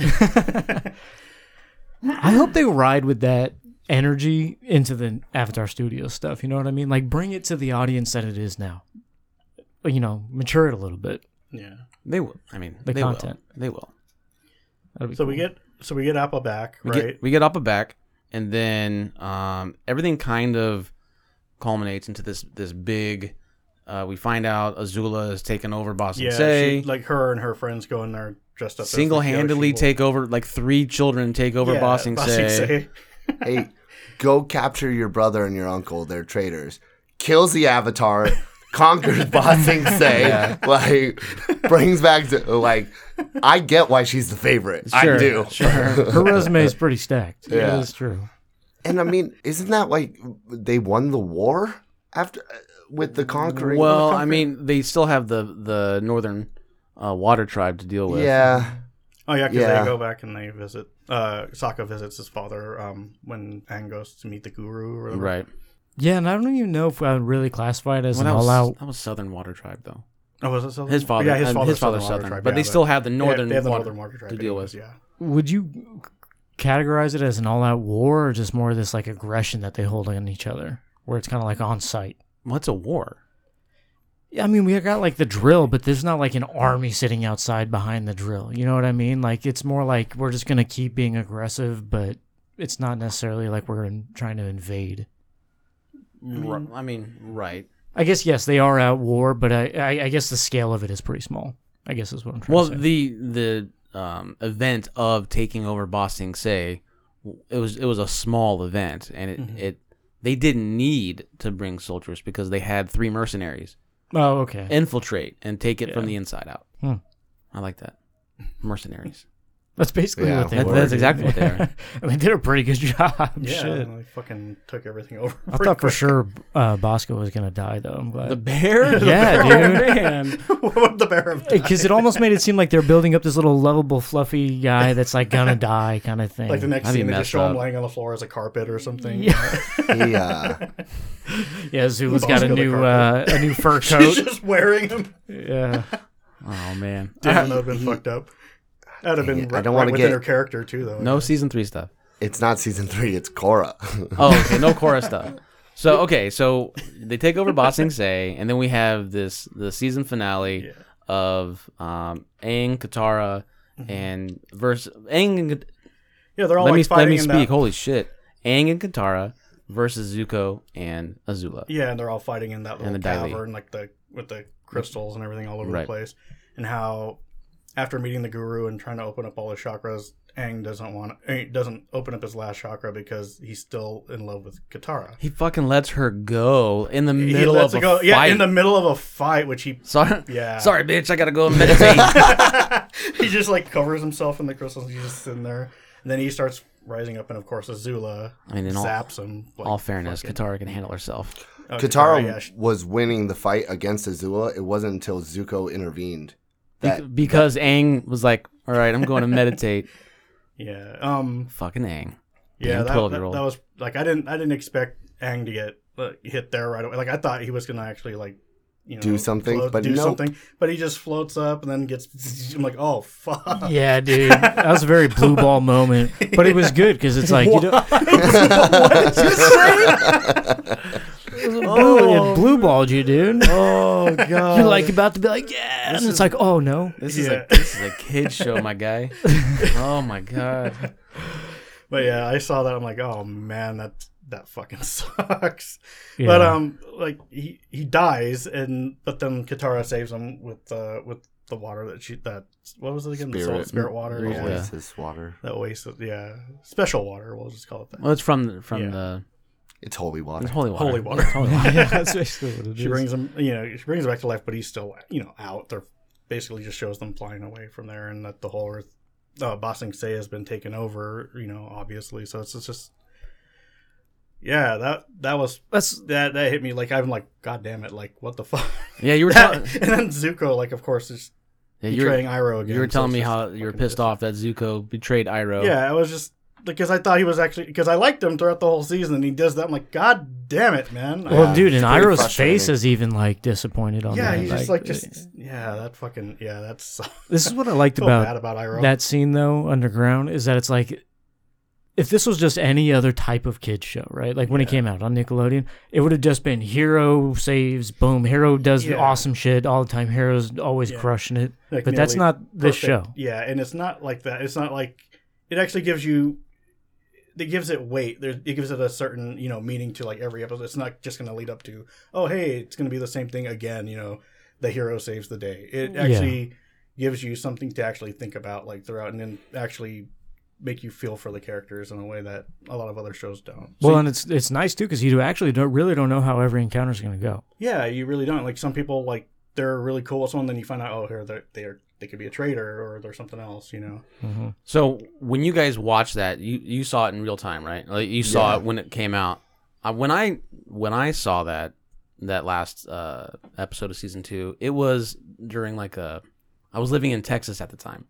[SPEAKER 2] I hope they ride with that energy into the Avatar Studio stuff. You know what I mean? Like bring it to the audience that it is now. You know, mature it a little bit.
[SPEAKER 4] Yeah.
[SPEAKER 5] They will. I mean,
[SPEAKER 2] The
[SPEAKER 5] they
[SPEAKER 2] content.
[SPEAKER 5] will. They will.
[SPEAKER 2] That'd be
[SPEAKER 4] So we
[SPEAKER 2] cool.
[SPEAKER 4] get so we get Apple back,
[SPEAKER 5] We
[SPEAKER 4] right?
[SPEAKER 5] get we get up a back, and then um, everything kind of culminates into this this big. Uh, we find out Azula is taking over Boston
[SPEAKER 4] yeah,
[SPEAKER 5] Say.
[SPEAKER 4] she, like her and her friends go in there dressed up as, like, the
[SPEAKER 5] Single handedly
[SPEAKER 4] Yoshi boy.
[SPEAKER 5] take over, like three children take over
[SPEAKER 4] Yeah,
[SPEAKER 5] Bossing Say.
[SPEAKER 1] [LAUGHS] hey, go capture your brother and your uncle. They're traitors. Kills the Avatar, [LAUGHS]
[SPEAKER 5] [LAUGHS]
[SPEAKER 1] conquers Bossing Say, like brings back to like. I get why she's the favorite. I
[SPEAKER 5] Sure,
[SPEAKER 1] do.
[SPEAKER 2] her resume is pretty stacked.
[SPEAKER 1] Yeah.
[SPEAKER 2] Yeah, that's true.
[SPEAKER 1] And I mean, isn't that like they won the war after uh, with the conquering?
[SPEAKER 5] Well, I mean, they still have the the northern uh, water tribe to deal with.
[SPEAKER 1] yeah,
[SPEAKER 4] [LAUGHS] Oh yeah, because
[SPEAKER 1] Yeah.
[SPEAKER 4] they go back and they visit. Uh, Sokka visits his father um, when Aang goes to meet the guru. Or whatever.
[SPEAKER 5] right.
[SPEAKER 2] Yeah, and I don't even know if I would really classify it as
[SPEAKER 5] Well, that
[SPEAKER 2] an
[SPEAKER 5] was
[SPEAKER 2] all out.
[SPEAKER 5] that was southern water tribe though.
[SPEAKER 4] Oh, was it Southern?
[SPEAKER 5] His father,
[SPEAKER 4] Yeah, his
[SPEAKER 5] um,
[SPEAKER 4] father.
[SPEAKER 5] his father's southern,
[SPEAKER 4] tribe,
[SPEAKER 5] but
[SPEAKER 4] yeah,
[SPEAKER 5] they still have the
[SPEAKER 4] they have-
[SPEAKER 5] northern,
[SPEAKER 4] They have the
[SPEAKER 5] water
[SPEAKER 4] northern water tribe
[SPEAKER 5] to deal
[SPEAKER 4] anyways,
[SPEAKER 5] with.
[SPEAKER 4] Yeah.
[SPEAKER 2] Would you categorize it as an all out war or just more of this like aggression that they hold on each other where it's kind of like on site?
[SPEAKER 5] What's a war?
[SPEAKER 2] Yeah, I mean, we got like the drill, but there's not like an army sitting outside behind the drill. You know what I mean? Like, it's more like we're just going to keep being aggressive, but it's not necessarily like we're in, trying to invade.
[SPEAKER 4] Mm-hmm.
[SPEAKER 5] Ri- I mean, right.
[SPEAKER 2] I guess, yes, they are at war, but I, I, I guess the scale of it is pretty small. I guess is what I'm trying
[SPEAKER 5] Well,
[SPEAKER 2] to say.
[SPEAKER 5] the the um, event of taking over Bossing Say, it was it was a small event, and
[SPEAKER 4] Mm-hmm.
[SPEAKER 5] it, it they didn't need to bring soldiers because they had three mercenaries
[SPEAKER 2] oh, okay.
[SPEAKER 5] infiltrate and take it from the inside out.
[SPEAKER 2] Hmm.
[SPEAKER 5] I like that. Mercenaries.
[SPEAKER 2] that's basically
[SPEAKER 1] Yeah,
[SPEAKER 2] what they
[SPEAKER 1] That-
[SPEAKER 2] were.
[SPEAKER 5] that's
[SPEAKER 2] dude.
[SPEAKER 5] exactly what
[SPEAKER 2] [LAUGHS]
[SPEAKER 5] they
[SPEAKER 4] [LAUGHS]
[SPEAKER 5] are.
[SPEAKER 2] and they did a pretty good job.
[SPEAKER 4] Yeah,
[SPEAKER 2] Shit.
[SPEAKER 4] and they fucking took everything [LAUGHS] over.
[SPEAKER 2] I thought for sure uh, Bosco was going to die, though. I'm glad.
[SPEAKER 5] The bear.
[SPEAKER 2] [LAUGHS] yeah, dude.
[SPEAKER 4] what the bear of
[SPEAKER 2] Because it almost made it seem like they're building up this little lovable, fluffy guy that's like
[SPEAKER 4] [LAUGHS]
[SPEAKER 2] gonna die kind of thing.
[SPEAKER 4] like the next
[SPEAKER 5] I'd be
[SPEAKER 4] scene, they just
[SPEAKER 5] messed
[SPEAKER 4] show him
[SPEAKER 5] up.
[SPEAKER 4] laying on the floor as a carpet or something.
[SPEAKER 5] [LAUGHS]
[SPEAKER 4] [LAUGHS]
[SPEAKER 1] he, uh,
[SPEAKER 2] yeah, Zula's got a
[SPEAKER 4] Bosco the
[SPEAKER 2] new uh,
[SPEAKER 4] carpet.
[SPEAKER 2] a new
[SPEAKER 4] [LAUGHS]
[SPEAKER 2] fur
[SPEAKER 4] He's
[SPEAKER 2] coat.
[SPEAKER 4] just wearing them. [LAUGHS]
[SPEAKER 2] yeah,
[SPEAKER 5] Oh man.
[SPEAKER 4] Damn, that would have been fucked up. That'd have
[SPEAKER 1] Dang
[SPEAKER 4] been
[SPEAKER 1] it, I
[SPEAKER 4] right,
[SPEAKER 1] don't
[SPEAKER 4] right
[SPEAKER 1] wanna
[SPEAKER 4] within
[SPEAKER 1] get-
[SPEAKER 4] her character too, though.
[SPEAKER 5] No season three stuff.
[SPEAKER 1] it's not season three. It's
[SPEAKER 4] [LAUGHS]
[SPEAKER 1] Korra.
[SPEAKER 5] Oh, okay, no Korra stuff. So okay, so they take over Bossing Say, and then we have this the season finale
[SPEAKER 4] Yeah.
[SPEAKER 5] of um, Aang, Katara, and versus Aang. And,
[SPEAKER 4] Yeah, Mm-hmm. they're all
[SPEAKER 5] let
[SPEAKER 4] like
[SPEAKER 5] me let
[SPEAKER 4] fighting
[SPEAKER 5] me
[SPEAKER 4] in
[SPEAKER 5] speak.
[SPEAKER 4] that-
[SPEAKER 5] Holy shit! Aang and Katara versus Zuko and Azula.
[SPEAKER 4] Yeah, and they're all fighting in that little
[SPEAKER 5] the Dai Li.
[SPEAKER 4] cavern, like the with the crystals and everything all over the
[SPEAKER 5] Right.
[SPEAKER 4] place. And how after meeting the guru and trying to open up all his chakras, Aang doesn't want Aang doesn't open up his last chakra because he's still in love with Katara.
[SPEAKER 5] He fucking lets her go in the
[SPEAKER 4] He
[SPEAKER 5] middle
[SPEAKER 4] lets
[SPEAKER 5] of a
[SPEAKER 4] it go-
[SPEAKER 5] fight.
[SPEAKER 4] yeah, in the middle of a fight, which
[SPEAKER 5] [LAUGHS]
[SPEAKER 4] he [LAUGHS]
[SPEAKER 5] sorry,
[SPEAKER 4] Yeah.
[SPEAKER 5] sorry, bitch, I gotta go and meditate.
[SPEAKER 4] [LAUGHS] he just like covers himself in the crystals. and He's just sitting there. And then he starts rising up, and of course Azula
[SPEAKER 5] I mean, in all-
[SPEAKER 4] zaps him. Like,
[SPEAKER 5] All fairness,
[SPEAKER 4] fucking-
[SPEAKER 5] Katara can handle herself.
[SPEAKER 4] oh,
[SPEAKER 1] Katara
[SPEAKER 4] yeah, she-
[SPEAKER 1] was winning the fight against Azula. It wasn't until Zuko intervened.
[SPEAKER 5] Be-
[SPEAKER 1] That-
[SPEAKER 5] because Aang was like, "All right, I'm going to meditate." [LAUGHS]
[SPEAKER 4] yeah. Um.
[SPEAKER 5] Fucking Aang.
[SPEAKER 4] Yeah,
[SPEAKER 5] Damn
[SPEAKER 4] that, that,
[SPEAKER 5] 12-year-old.
[SPEAKER 4] that was like I didn't I didn't expect Aang to get like, hit there right away. Like I thought he was gonna actually like you know
[SPEAKER 1] Do something, but
[SPEAKER 4] do
[SPEAKER 1] nope.
[SPEAKER 4] something. But he just floats up and then gets. [LAUGHS] I'm like, oh fuck.
[SPEAKER 2] Yeah, dude, that was a very blue ball moment, but it was good because it's like you
[SPEAKER 4] [LAUGHS]
[SPEAKER 2] know, oh, it blue balled you, dude.
[SPEAKER 5] [LAUGHS]
[SPEAKER 3] Oh god.
[SPEAKER 2] You're like about to be like, yeah, and it's like, oh no,
[SPEAKER 5] This is
[SPEAKER 4] Yeah.
[SPEAKER 5] a this is a kid show, my
[SPEAKER 4] [LAUGHS]
[SPEAKER 5] guy. Oh my god.
[SPEAKER 4] But yeah, I saw that. I'm like, oh man, that that fucking [LAUGHS] sucks.
[SPEAKER 2] Yeah.
[SPEAKER 4] But um, like he he dies, and but then Katara saves him with uh with the water that she that what was it again? The soul,
[SPEAKER 5] Spirit.
[SPEAKER 4] spirit water.
[SPEAKER 5] Yeah.
[SPEAKER 4] Yeah.
[SPEAKER 1] Oasis water.
[SPEAKER 4] The oasis. Yeah, special water. We'll just call it that.
[SPEAKER 5] Well, it's from the- from
[SPEAKER 4] Yeah.
[SPEAKER 5] the
[SPEAKER 1] It's holy water.
[SPEAKER 5] it's holy water.
[SPEAKER 4] Holy water. [LAUGHS]
[SPEAKER 5] [LAUGHS]
[SPEAKER 2] yeah, that's basically what it
[SPEAKER 4] she
[SPEAKER 2] is.
[SPEAKER 4] brings him. You know, she brings him back to life, but he's still you know out. They're basically just shows them flying away from there, and that the whole Earth, uh, Bossing Say has been taken over. You know, obviously. So it's, it's just. Yeah, that that was
[SPEAKER 2] That's
[SPEAKER 4] that that hit me like I'm like god damn it like what the [LAUGHS] fuck
[SPEAKER 5] Yeah, you were
[SPEAKER 4] and [LAUGHS]
[SPEAKER 5] telling
[SPEAKER 4] then Zuko like of course is
[SPEAKER 5] yeah, you were,
[SPEAKER 4] betraying Iroh again
[SPEAKER 5] you were
[SPEAKER 4] so
[SPEAKER 5] telling
[SPEAKER 4] it's
[SPEAKER 5] me
[SPEAKER 4] just
[SPEAKER 5] how you were
[SPEAKER 4] fucking
[SPEAKER 5] pissed
[SPEAKER 4] dis-
[SPEAKER 5] off that Zuko betrayed Iroh.
[SPEAKER 4] yeah I was just because I thought he was actually because I liked him throughout the whole season and he does that I'm like god damn it man
[SPEAKER 2] well,
[SPEAKER 4] I-
[SPEAKER 2] dude, and
[SPEAKER 1] pretty
[SPEAKER 2] Iroh's
[SPEAKER 1] frustrating.
[SPEAKER 2] face is even like disappointed on
[SPEAKER 4] yeah
[SPEAKER 2] that.
[SPEAKER 4] he's just like just yeah that fucking yeah that's I
[SPEAKER 2] this is what I
[SPEAKER 4] [LAUGHS]
[SPEAKER 2] liked
[SPEAKER 4] feel
[SPEAKER 2] about
[SPEAKER 4] bad about Iroh
[SPEAKER 2] that scene though underground is that it's like if this was just any other type of kids show right like when it came out on nickelodeon it would have just been hero saves boom hero does
[SPEAKER 4] Yeah.
[SPEAKER 2] awesome shit all the time heroes always
[SPEAKER 4] Yeah.
[SPEAKER 2] crushing it
[SPEAKER 4] Like,
[SPEAKER 2] but that's
[SPEAKER 4] nearly
[SPEAKER 2] not this
[SPEAKER 4] perfect.
[SPEAKER 2] show
[SPEAKER 4] yeah and it's not like that it's not like it actually gives you it gives it weight. There, it gives it a certain you know meaning to like every episode. It's not just going to lead up to oh hey, it's going to be the same thing again. You know, the hero saves the day. It
[SPEAKER 2] Yeah.
[SPEAKER 4] actually gives you something to actually think about like throughout, and then actually make you feel for the characters in a way that a lot of other shows don't. So
[SPEAKER 2] well and it's it's nice too because you do actually don't really don't know how every encounter is going to go
[SPEAKER 4] yeah, you really don't like some people like they're really cool with someone, then you find out oh here they're they're they could be a traitor or they're something else. You know,
[SPEAKER 2] Mhm.
[SPEAKER 5] So when you guys watched that, you you saw it in real time, right? Like you saw
[SPEAKER 1] Yeah.
[SPEAKER 5] it when it came out. Uh, when I when I saw that that last uh, episode of season two, it was during like a I was living in Texas at the time,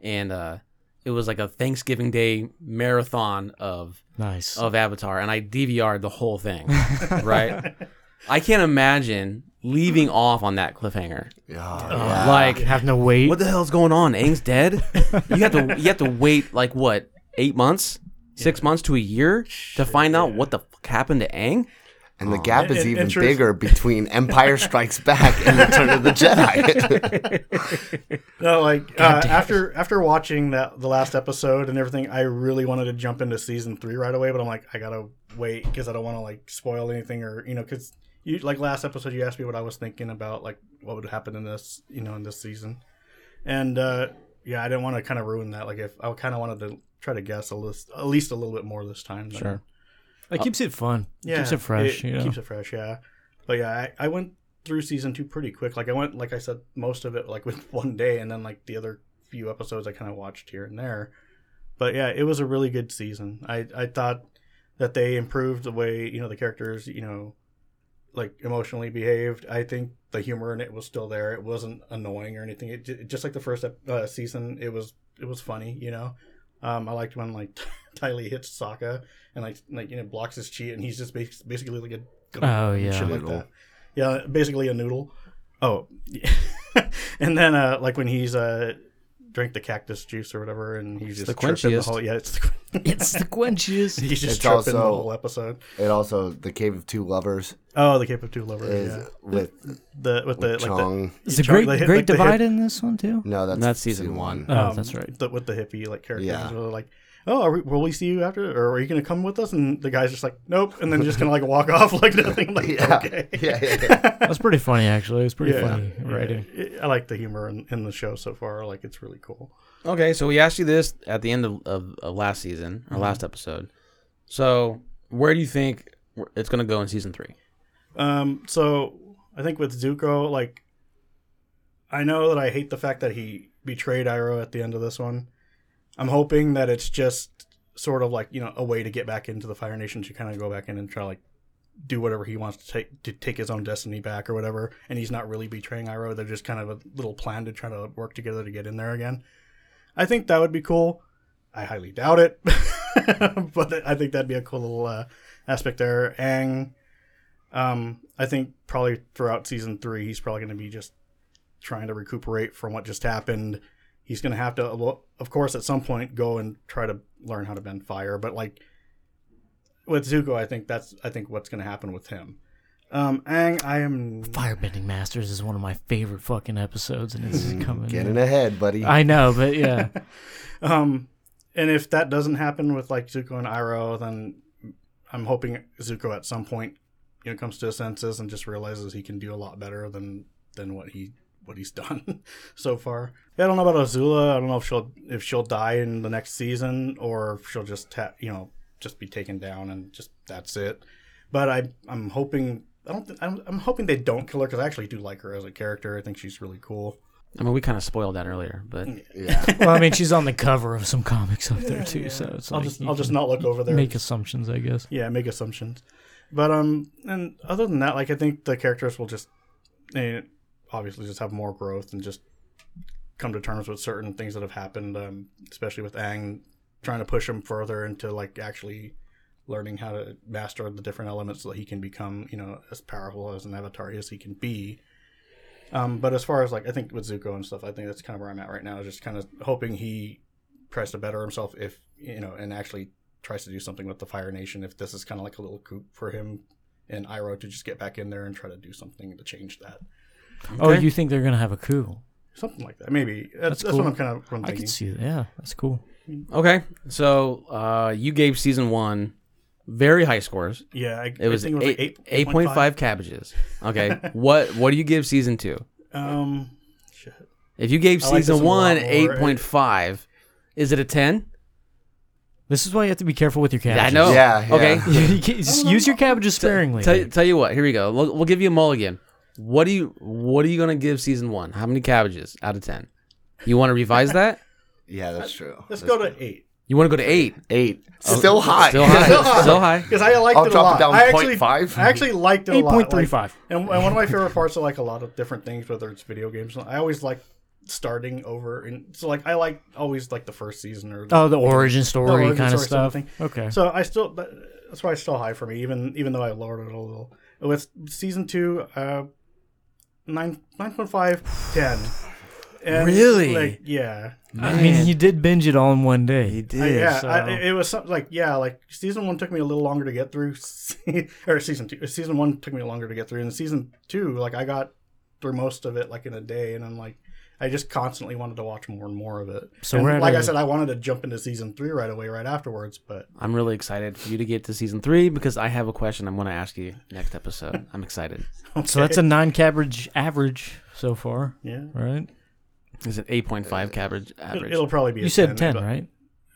[SPEAKER 5] and uh, it was like a Thanksgiving Day marathon of
[SPEAKER 2] nice
[SPEAKER 4] Oh,
[SPEAKER 5] of Avatar, and I DVR'd the whole thing. right? I can't imagine leaving off on that cliffhanger.
[SPEAKER 1] Yeah.
[SPEAKER 5] Like
[SPEAKER 2] have no weight
[SPEAKER 5] what the hell's going on? Aang's dead. you have to you have to wait like what eight months, six months to a year to find out what the fuck happened to Aang.
[SPEAKER 1] And the gap is
[SPEAKER 4] And-
[SPEAKER 1] even
[SPEAKER 4] and truth-
[SPEAKER 1] bigger between Empire Strikes Back and Return of the
[SPEAKER 4] [LAUGHS]
[SPEAKER 1] Jedi.
[SPEAKER 4] No, like uh, after after watching that the last episode and everything, I really wanted to jump into season three right away, but I'm like, I gotta wait because I don't want to like spoil anything or you know, because you like last episode you asked me what I was thinking about like what would happen in this you know in this season, and uh, yeah, I didn't want to kind of ruin that. Like if I kind of wanted to try to guess a list at least a little bit more this time. than-
[SPEAKER 5] Sure.
[SPEAKER 2] [LAUGHS] it keeps it fun
[SPEAKER 4] yeah,
[SPEAKER 2] keeps it fresh you know?
[SPEAKER 4] Keeps it fresh, yeah. But yeah, I, I went through season two pretty quick. Like I went, like I said, most of it like [LAUGHS] with one day, and then like the other few episodes I kind of watched here and there. But yeah, it was a really good season. I I thought that they improved the way you know the characters you know like emotionally behaved. I think the humor in it was still there. It wasn't annoying or anything. It, ju- just like the first ep- uh, season, it was it was funny. You know, um, I liked when like [LAUGHS] Ty Lee hits Sokka and like like you know blocks his cheat, and he's just bas- basically like a
[SPEAKER 2] Oh,
[SPEAKER 4] and
[SPEAKER 2] yeah.
[SPEAKER 4] shit like
[SPEAKER 1] Noodle.
[SPEAKER 4] that. Yeah, basically a noodle. Oh, [LAUGHS] and then uh, like when he's uh drank the cactus juice or whatever, and he's just
[SPEAKER 5] the
[SPEAKER 4] tripping the
[SPEAKER 5] quenchiest.
[SPEAKER 4] whole yeah, it's the, [LAUGHS]
[SPEAKER 2] it's the quenchiest
[SPEAKER 4] he's just
[SPEAKER 1] It's
[SPEAKER 4] tripping the
[SPEAKER 1] also-
[SPEAKER 4] whole episode.
[SPEAKER 1] and also, The Cave of Two Lovers
[SPEAKER 4] Oh, the Cape of Two Lovers,
[SPEAKER 1] is
[SPEAKER 4] yeah.
[SPEAKER 1] with,
[SPEAKER 4] The with the
[SPEAKER 1] with
[SPEAKER 4] like the
[SPEAKER 1] Chong.
[SPEAKER 2] it's a
[SPEAKER 4] Chong-
[SPEAKER 2] great
[SPEAKER 4] the hip-
[SPEAKER 2] great
[SPEAKER 4] like the hip-
[SPEAKER 2] divide in this one too
[SPEAKER 1] no, that's,
[SPEAKER 5] That's season one.
[SPEAKER 2] oh
[SPEAKER 4] um,
[SPEAKER 2] that's right
[SPEAKER 4] the- with the hippie like characters,
[SPEAKER 1] Yeah.
[SPEAKER 4] where they're like, "Oh, are we, will we see you after? Or are you going to come with us?" And the guy's just like, "Nope," and then just gonna like walk [LAUGHS] off like nothing. I'm
[SPEAKER 1] [LAUGHS]
[SPEAKER 4] Like,
[SPEAKER 1] Yeah.
[SPEAKER 4] okay,
[SPEAKER 1] Yeah, yeah, yeah.
[SPEAKER 2] That's pretty funny, actually. It's pretty
[SPEAKER 4] [LAUGHS] Yeah.
[SPEAKER 2] funny writing.
[SPEAKER 4] Yeah. I like the humor in, in the show so far. Like, it's really cool.
[SPEAKER 5] Okay, so we asked you this at the end of, of, of last season or last episode. So where do you think it's gonna go in season three?
[SPEAKER 4] Um, so I think with Zuko, like, I know that I hate the fact that he betrayed Iroh at the end of this one. I'm hoping that it's just sort of like you know a way to get back into the Fire Nation to kind of go back in and try to, like do whatever he wants to take to take his own destiny back or whatever. And he's not really betraying Iroh. They're just kind of a little plan to try to work together to get in there again. I think that would be cool. I highly doubt it, [LAUGHS] but I think that'd be a cool little uh, aspect there. Aang, Um, I think probably throughout season three, he's probably going to be just trying to recuperate from what just happened. He's going to have to, well, of course, at some point, go and try to learn how to bend fire. But like with Zuko, I think that's I think what's going to happen with him. Um, Ang, I am
[SPEAKER 2] Firebending Masters is one of my favorite fucking episodes, and it's
[SPEAKER 4] Mm,
[SPEAKER 2] coming.
[SPEAKER 1] Getting ahead, buddy.
[SPEAKER 2] I know, but
[SPEAKER 4] [LAUGHS]
[SPEAKER 2] yeah,
[SPEAKER 4] Um, and if that doesn't happen with like Zuko and Iroh, then I'm hoping Zuko at some point, you know, comes to his senses and just realizes he can do a lot better than than what he what he's [LAUGHS] done so far. Yeah, I don't know about Azula. I don't know if she'll if she'll die in the next season or if she'll just ha- you know just be taken down and just that's it. But I I'm hoping. I don't. Th- I'm, I'm hoping they don't kill her because I actually do like her as a character. I think she's really cool.
[SPEAKER 5] I mean, we kind of spoiled that earlier, but
[SPEAKER 4] Mm.
[SPEAKER 1] Yeah.
[SPEAKER 2] well, I mean, she's on the cover of some comics up there too, so it's
[SPEAKER 4] I'll
[SPEAKER 2] like
[SPEAKER 4] just
[SPEAKER 2] you
[SPEAKER 4] I'll just
[SPEAKER 2] can
[SPEAKER 4] not look over there.
[SPEAKER 2] make assumptions, I guess.
[SPEAKER 4] yeah make assumptions but um and other than that like i think the characters will just eh, obviously just have more growth and just come to terms with certain things that have happened um especially with ang trying to push him further into like actually learning how to master the different elements so that he can become you know as powerful as an avatar as he can be um but as far as like i think with zuko and stuff i think that's kind of where i'm at right now is just kind of hoping he tries to better himself if you know and actually tries to do something with the Fire Nation if this is kind of like a little coup for him and Iroh to just get back in there and try to do something to change that.
[SPEAKER 2] Oh, you think they're gonna have a coup?
[SPEAKER 4] Something like that. Maybe. That's, that's,
[SPEAKER 2] That's cool.
[SPEAKER 4] what I'm kind of what I'm
[SPEAKER 2] I
[SPEAKER 4] thinking.
[SPEAKER 2] could see that. Yeah, that's cool.
[SPEAKER 5] okay. So uh, you gave season one very high scores.
[SPEAKER 4] yeah, I,
[SPEAKER 5] It was,
[SPEAKER 4] I think it was
[SPEAKER 5] eight,
[SPEAKER 4] eight,
[SPEAKER 5] 8.5 cabbages. Okay. what what do you give season 2?
[SPEAKER 4] Um, shit.
[SPEAKER 5] If you gave
[SPEAKER 4] I like
[SPEAKER 5] season
[SPEAKER 4] this one a
[SPEAKER 5] 1
[SPEAKER 4] lot more.
[SPEAKER 5] 8.5, is it a 10?
[SPEAKER 2] This is why you have to be careful with your
[SPEAKER 5] I
[SPEAKER 2] cabbages.
[SPEAKER 5] know.
[SPEAKER 1] Yeah,
[SPEAKER 5] Okay.
[SPEAKER 1] yeah.
[SPEAKER 2] [LAUGHS] You can't- just use your cabbages sparingly.
[SPEAKER 5] Tell, tell you what, here we go. We'll, we'll give you a mulligan. What do you what are you going to give season 1? How many cabbages out of 10? You want to revise that?
[SPEAKER 1] Yeah,
[SPEAKER 4] [LAUGHS]
[SPEAKER 1] that's true.
[SPEAKER 4] Let's go to eight.
[SPEAKER 5] You want to go
[SPEAKER 1] [LAUGHS]
[SPEAKER 5] to 8?
[SPEAKER 1] Eight. Still high.
[SPEAKER 5] Still high.
[SPEAKER 1] Still high.
[SPEAKER 5] Still high.
[SPEAKER 4] Because I liked
[SPEAKER 1] I'll
[SPEAKER 4] it a
[SPEAKER 1] drop it
[SPEAKER 4] lot.
[SPEAKER 1] down
[SPEAKER 4] I actually,
[SPEAKER 1] 0.5.
[SPEAKER 4] I actually liked it a
[SPEAKER 2] Eight
[SPEAKER 4] lot.
[SPEAKER 2] point three five.
[SPEAKER 4] Like, and, and one of my favorite parts of like a lot of different things, whether it's video games, I always like starting over. And so like I like always like the first season or the
[SPEAKER 2] Oh, the origin story
[SPEAKER 4] origin
[SPEAKER 2] kind of
[SPEAKER 4] story
[SPEAKER 2] stuff.
[SPEAKER 4] sort of
[SPEAKER 2] Okay.
[SPEAKER 4] So I still that- that's why it's still high for me, even even though I lowered it a little. With season two, uh, nine nine point five
[SPEAKER 2] [SIGHS]
[SPEAKER 4] ten. And
[SPEAKER 5] Really?
[SPEAKER 4] Like yeah,
[SPEAKER 2] I mean, you did binge it all in one day. Uh,
[SPEAKER 4] I- yeah.
[SPEAKER 2] so-
[SPEAKER 4] I, it was something like yeah, like season one took me a little longer to get through, [LAUGHS] or season two. Season one took me longer to get through, and season two, like I got through most of it like in a day, and I'm like. I just constantly wanted to watch more and more of it.
[SPEAKER 2] So
[SPEAKER 4] And
[SPEAKER 2] we're at
[SPEAKER 4] like I
[SPEAKER 2] a-
[SPEAKER 4] said, I wanted to jump into season three right away, right afterwards, but
[SPEAKER 5] I'm really excited for you to get to season 3 because I have a question I'm going to ask you next episode. I'm excited.
[SPEAKER 2] So that's a nine cabbage average so far,
[SPEAKER 4] yeah,
[SPEAKER 2] right?
[SPEAKER 5] Is it 8.5
[SPEAKER 4] [LAUGHS]
[SPEAKER 5] cabbage
[SPEAKER 4] it,
[SPEAKER 5] average?
[SPEAKER 4] will probably be.
[SPEAKER 2] You
[SPEAKER 4] a
[SPEAKER 2] said
[SPEAKER 4] 10
[SPEAKER 2] 10,
[SPEAKER 4] but-
[SPEAKER 2] right?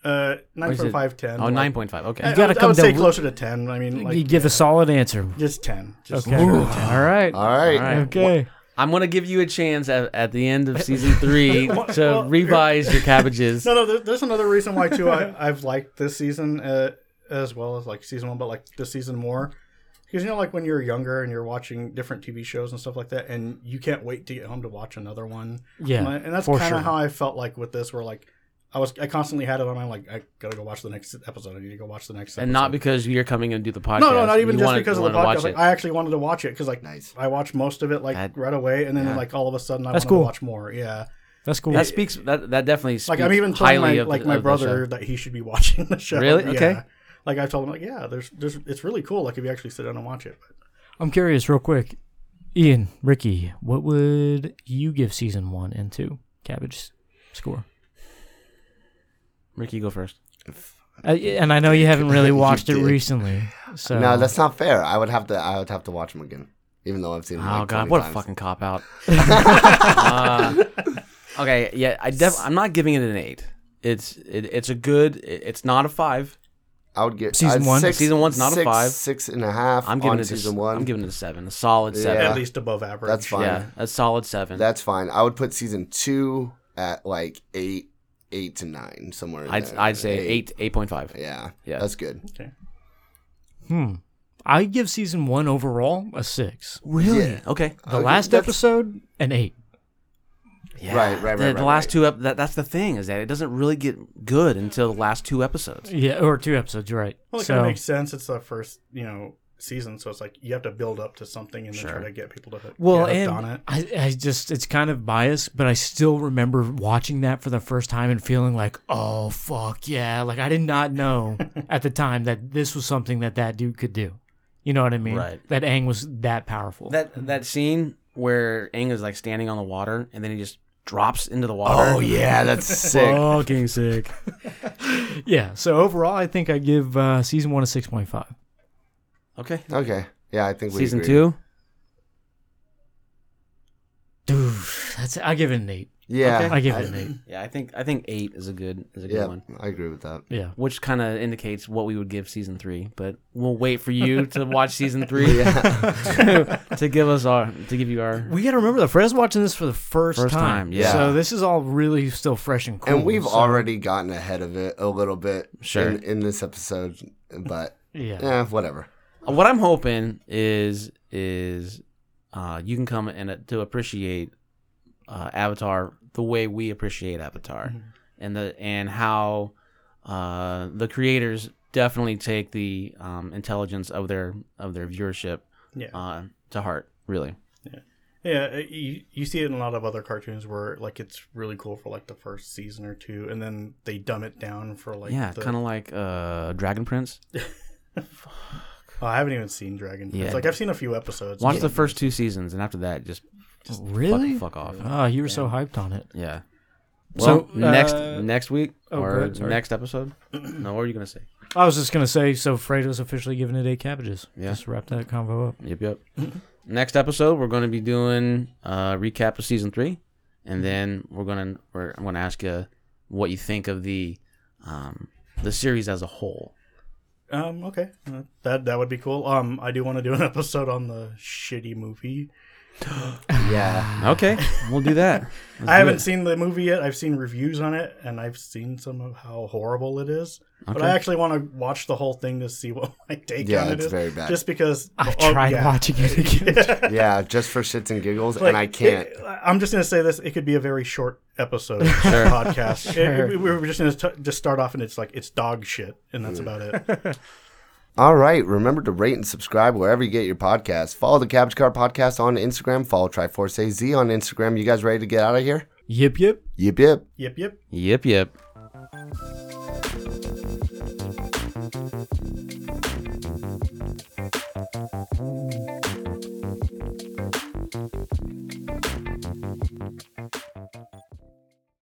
[SPEAKER 4] Uh, nine
[SPEAKER 5] is
[SPEAKER 4] point
[SPEAKER 5] it-
[SPEAKER 4] five, ten.
[SPEAKER 5] oh,
[SPEAKER 4] like-
[SPEAKER 5] 9.5. Okay.
[SPEAKER 4] I,
[SPEAKER 2] gotta
[SPEAKER 4] I would, I
[SPEAKER 2] come
[SPEAKER 4] would
[SPEAKER 2] to
[SPEAKER 4] say
[SPEAKER 2] wh-
[SPEAKER 4] closer to ten. I mean, like
[SPEAKER 2] you give a solid answer.
[SPEAKER 4] just ten. Just
[SPEAKER 2] Okay.
[SPEAKER 4] closer to
[SPEAKER 2] Ooh,
[SPEAKER 4] 10.
[SPEAKER 2] all right.
[SPEAKER 1] [LAUGHS] All right.
[SPEAKER 2] Okay.
[SPEAKER 5] I'm gonna give you a chance at, at the end of season three to
[SPEAKER 4] [LAUGHS] Well,
[SPEAKER 5] revise your cabbages.
[SPEAKER 4] [LAUGHS] [LAUGHS] No, no. There, there's another reason why too. I, I've liked this season uh, as well as like season one, but like this season more because you know, like when you're younger and you're watching different TV shows and stuff like that, and you can't wait to get home to watch another one.
[SPEAKER 2] Yeah,
[SPEAKER 4] and, I- and that's
[SPEAKER 2] for
[SPEAKER 4] kind of
[SPEAKER 2] sure.
[SPEAKER 4] how I felt like with this, where like. I was I constantly had it on my mind like I gotta go watch the next episode. I need to go watch the next episode.
[SPEAKER 5] and not because you're coming and do the podcast.
[SPEAKER 4] No, no, not even
[SPEAKER 5] You
[SPEAKER 4] just
[SPEAKER 5] wanna-
[SPEAKER 4] because
[SPEAKER 5] you
[SPEAKER 4] of the
[SPEAKER 5] wanna watch
[SPEAKER 4] podcast. Like,
[SPEAKER 5] it.
[SPEAKER 4] I actually wanted to watch it because like
[SPEAKER 1] Nice.
[SPEAKER 4] I watched most of it like
[SPEAKER 5] That-
[SPEAKER 4] right away, and then
[SPEAKER 5] yeah.
[SPEAKER 4] like all of a sudden I
[SPEAKER 2] That's
[SPEAKER 4] want
[SPEAKER 2] cool.
[SPEAKER 4] to watch more. Yeah,
[SPEAKER 2] That's cool.
[SPEAKER 5] that speaks. That that definitely
[SPEAKER 4] like
[SPEAKER 5] speaks
[SPEAKER 4] I'm even telling
[SPEAKER 5] highly
[SPEAKER 4] my,
[SPEAKER 5] of
[SPEAKER 4] like
[SPEAKER 5] the-
[SPEAKER 4] my
[SPEAKER 5] of the
[SPEAKER 4] brother
[SPEAKER 5] show.
[SPEAKER 4] that he should be [LAUGHS] watching the show.
[SPEAKER 5] Really?
[SPEAKER 4] Yeah.
[SPEAKER 5] Okay.
[SPEAKER 4] Like I told him like yeah, there's there's it's really cool like if you actually sit down and watch it.
[SPEAKER 2] I'm curious, real quick. Ian, Ricky, what would you give season one and two cabbage score?
[SPEAKER 5] Ricky, go first.
[SPEAKER 2] Uh, and I know you haven't really watched it
[SPEAKER 1] did.
[SPEAKER 2] recently, so
[SPEAKER 1] No, that's not fair. I would have to. I would have to watch them again, even though I've seen them.
[SPEAKER 5] Oh
[SPEAKER 1] like
[SPEAKER 5] god,
[SPEAKER 1] 20
[SPEAKER 5] what a
[SPEAKER 1] times. [LAUGHS]
[SPEAKER 5] fucking cop
[SPEAKER 4] [LAUGHS]
[SPEAKER 5] out. Uh, okay, yeah, I def- I'm not giving it an eight. It's it, it's a good. it- it's not a five.
[SPEAKER 1] I would get
[SPEAKER 2] Season
[SPEAKER 1] I'd
[SPEAKER 2] one?
[SPEAKER 1] Six,
[SPEAKER 5] Season one's not a
[SPEAKER 1] six-
[SPEAKER 5] five.
[SPEAKER 1] Six and a half.
[SPEAKER 5] I'm giving
[SPEAKER 1] on
[SPEAKER 5] it a
[SPEAKER 1] season
[SPEAKER 5] s-
[SPEAKER 1] one.
[SPEAKER 5] I'm giving it a seven. A solid
[SPEAKER 1] Yeah.
[SPEAKER 4] At
[SPEAKER 5] seven.
[SPEAKER 4] least above average.
[SPEAKER 1] That's fine.
[SPEAKER 5] Yeah, a solid seven.
[SPEAKER 1] That's fine. I would put season two at like eight, eight to nine somewhere. in
[SPEAKER 5] I'd
[SPEAKER 1] there.
[SPEAKER 5] I'd say eight eight point five.
[SPEAKER 1] uh, Yeah,
[SPEAKER 5] Yeah.
[SPEAKER 1] that's good.
[SPEAKER 4] Okay.
[SPEAKER 2] hmm. I give season one overall a six.
[SPEAKER 5] Really?
[SPEAKER 1] Yeah.
[SPEAKER 5] Okay.
[SPEAKER 2] The
[SPEAKER 1] Okay,
[SPEAKER 2] last
[SPEAKER 1] that's-
[SPEAKER 2] episode an eight.
[SPEAKER 5] Yeah.
[SPEAKER 1] Right, right, right,
[SPEAKER 5] The,
[SPEAKER 1] right,
[SPEAKER 5] the last
[SPEAKER 1] right.
[SPEAKER 5] two up. That, that's the thing is that it doesn't really get good until the last two episodes.
[SPEAKER 2] Yeah, or two episodes, you're right?
[SPEAKER 4] Well, it
[SPEAKER 2] so
[SPEAKER 4] kind of makes sense. It's the first you know season, so it's like you have to build up to something and then try to get people to hook,
[SPEAKER 2] Well,
[SPEAKER 4] get
[SPEAKER 2] and
[SPEAKER 4] hooked on it.
[SPEAKER 2] I, I just, it's kind of biased, but I still remember watching that for the first time and feeling like, oh, fuck yeah. Like, I did not know at the time that this was something that that dude could do. You know what I mean?
[SPEAKER 5] Right.
[SPEAKER 2] That Aang was that powerful.
[SPEAKER 5] That that scene where Aang is like standing on the water and then he just drops into the water.
[SPEAKER 1] Oh yeah, that's sick.
[SPEAKER 2] fucking sick. [LAUGHS] yeah. So overall, I think I give uh, season one a 6.5.
[SPEAKER 5] Okay.
[SPEAKER 1] okay. Yeah, I think we
[SPEAKER 5] Season
[SPEAKER 1] agree.
[SPEAKER 5] two.
[SPEAKER 2] Dude, that's, I give it an eight.
[SPEAKER 1] Yeah,
[SPEAKER 2] I give it an eight.
[SPEAKER 5] Yeah, I think I think eight is a good is a good
[SPEAKER 1] yeah,
[SPEAKER 5] one.
[SPEAKER 1] I agree with that.
[SPEAKER 2] Yeah.
[SPEAKER 5] Which kind of indicates what we would give season three, but we'll wait for you to watch
[SPEAKER 1] [LAUGHS]
[SPEAKER 5] season three [LAUGHS] to give us our to give you our
[SPEAKER 2] We got to remember that Fred's watching this for the first,
[SPEAKER 5] First time, yeah.
[SPEAKER 2] So this is all really still fresh and cool.
[SPEAKER 1] and we've
[SPEAKER 2] so-
[SPEAKER 1] already gotten ahead of it a little bit
[SPEAKER 5] Sure.
[SPEAKER 1] in, in this episode, but
[SPEAKER 2] Yeah.
[SPEAKER 1] yeah, whatever.
[SPEAKER 5] what I'm hoping is is uh, you can come and uh, to appreciate uh, Avatar the way we appreciate Avatar,
[SPEAKER 4] Mm-hmm.
[SPEAKER 5] and the and how uh, the creators definitely take the um, intelligence of their of their viewership
[SPEAKER 4] Yeah.
[SPEAKER 5] uh, to heart. Really,
[SPEAKER 4] Yeah, uh, you, you see it in a lot of other cartoons where like it's really cool for like the first season or two, and then they dumb it down for like
[SPEAKER 5] yeah,
[SPEAKER 4] the-
[SPEAKER 5] kind
[SPEAKER 4] [LAUGHS]
[SPEAKER 5] of like uh, Dragon Prince.
[SPEAKER 4] Oh, I haven't even seen Dragon. Prince.
[SPEAKER 5] Yeah.
[SPEAKER 4] Like I've seen a few episodes.
[SPEAKER 5] Watch the first two seasons, and after that, just
[SPEAKER 2] really?
[SPEAKER 5] fuck, fuck off.
[SPEAKER 2] Oh, you were so hyped on it.
[SPEAKER 5] Yeah.
[SPEAKER 2] So,
[SPEAKER 5] Well, next
[SPEAKER 2] uh,
[SPEAKER 5] next week
[SPEAKER 2] oh, go
[SPEAKER 5] or
[SPEAKER 2] ahead, sorry.
[SPEAKER 5] next episode? No, what are you gonna say?
[SPEAKER 2] I was just gonna say, so Fredo's officially giving it eight cabbages.
[SPEAKER 5] Yeah.
[SPEAKER 2] Just wrap that convo up.
[SPEAKER 5] Yep, yep. Next episode, we're going to be doing uh, recap of season three, and then we're going to we're I'm going to ask you what you think of the um, the series as a whole.
[SPEAKER 4] Um, okay, Uh, that that would be cool. Um, I do want to do an [LAUGHS] episode on the shitty movie.
[SPEAKER 1] Yeah,
[SPEAKER 5] [LAUGHS] Okay, we'll do that. Let's
[SPEAKER 4] I
[SPEAKER 5] do
[SPEAKER 4] haven't
[SPEAKER 5] it.
[SPEAKER 4] seen the movie yet. I've seen reviews on it, and I've seen some of how horrible it is. But
[SPEAKER 5] Okay.
[SPEAKER 4] I actually want to watch the whole thing to see [LAUGHS] what my take
[SPEAKER 1] Yeah,
[SPEAKER 4] on it
[SPEAKER 1] it's
[SPEAKER 4] is,
[SPEAKER 1] very bad.
[SPEAKER 4] Just because
[SPEAKER 2] I've
[SPEAKER 4] oh,
[SPEAKER 2] tried
[SPEAKER 4] yeah.
[SPEAKER 2] watching it [LAUGHS] again.
[SPEAKER 1] yeah, just for shits and giggles, and I
[SPEAKER 4] Like,
[SPEAKER 1] can't.
[SPEAKER 4] it- I'm just gonna say this. It could be a very short episode podcast. It- it- we were just gonna t- just start off, and it's like it's dog shit, and that's about it.
[SPEAKER 1] All right, remember to rate and subscribe wherever you get your podcast. Follow the Cabbage Car Podcast on Instagram. Follow Triforce AZ on Instagram. You guys ready to get out of here?
[SPEAKER 2] yip yip.
[SPEAKER 1] Yip yip.
[SPEAKER 4] yep, yep.
[SPEAKER 5] Yep, yep.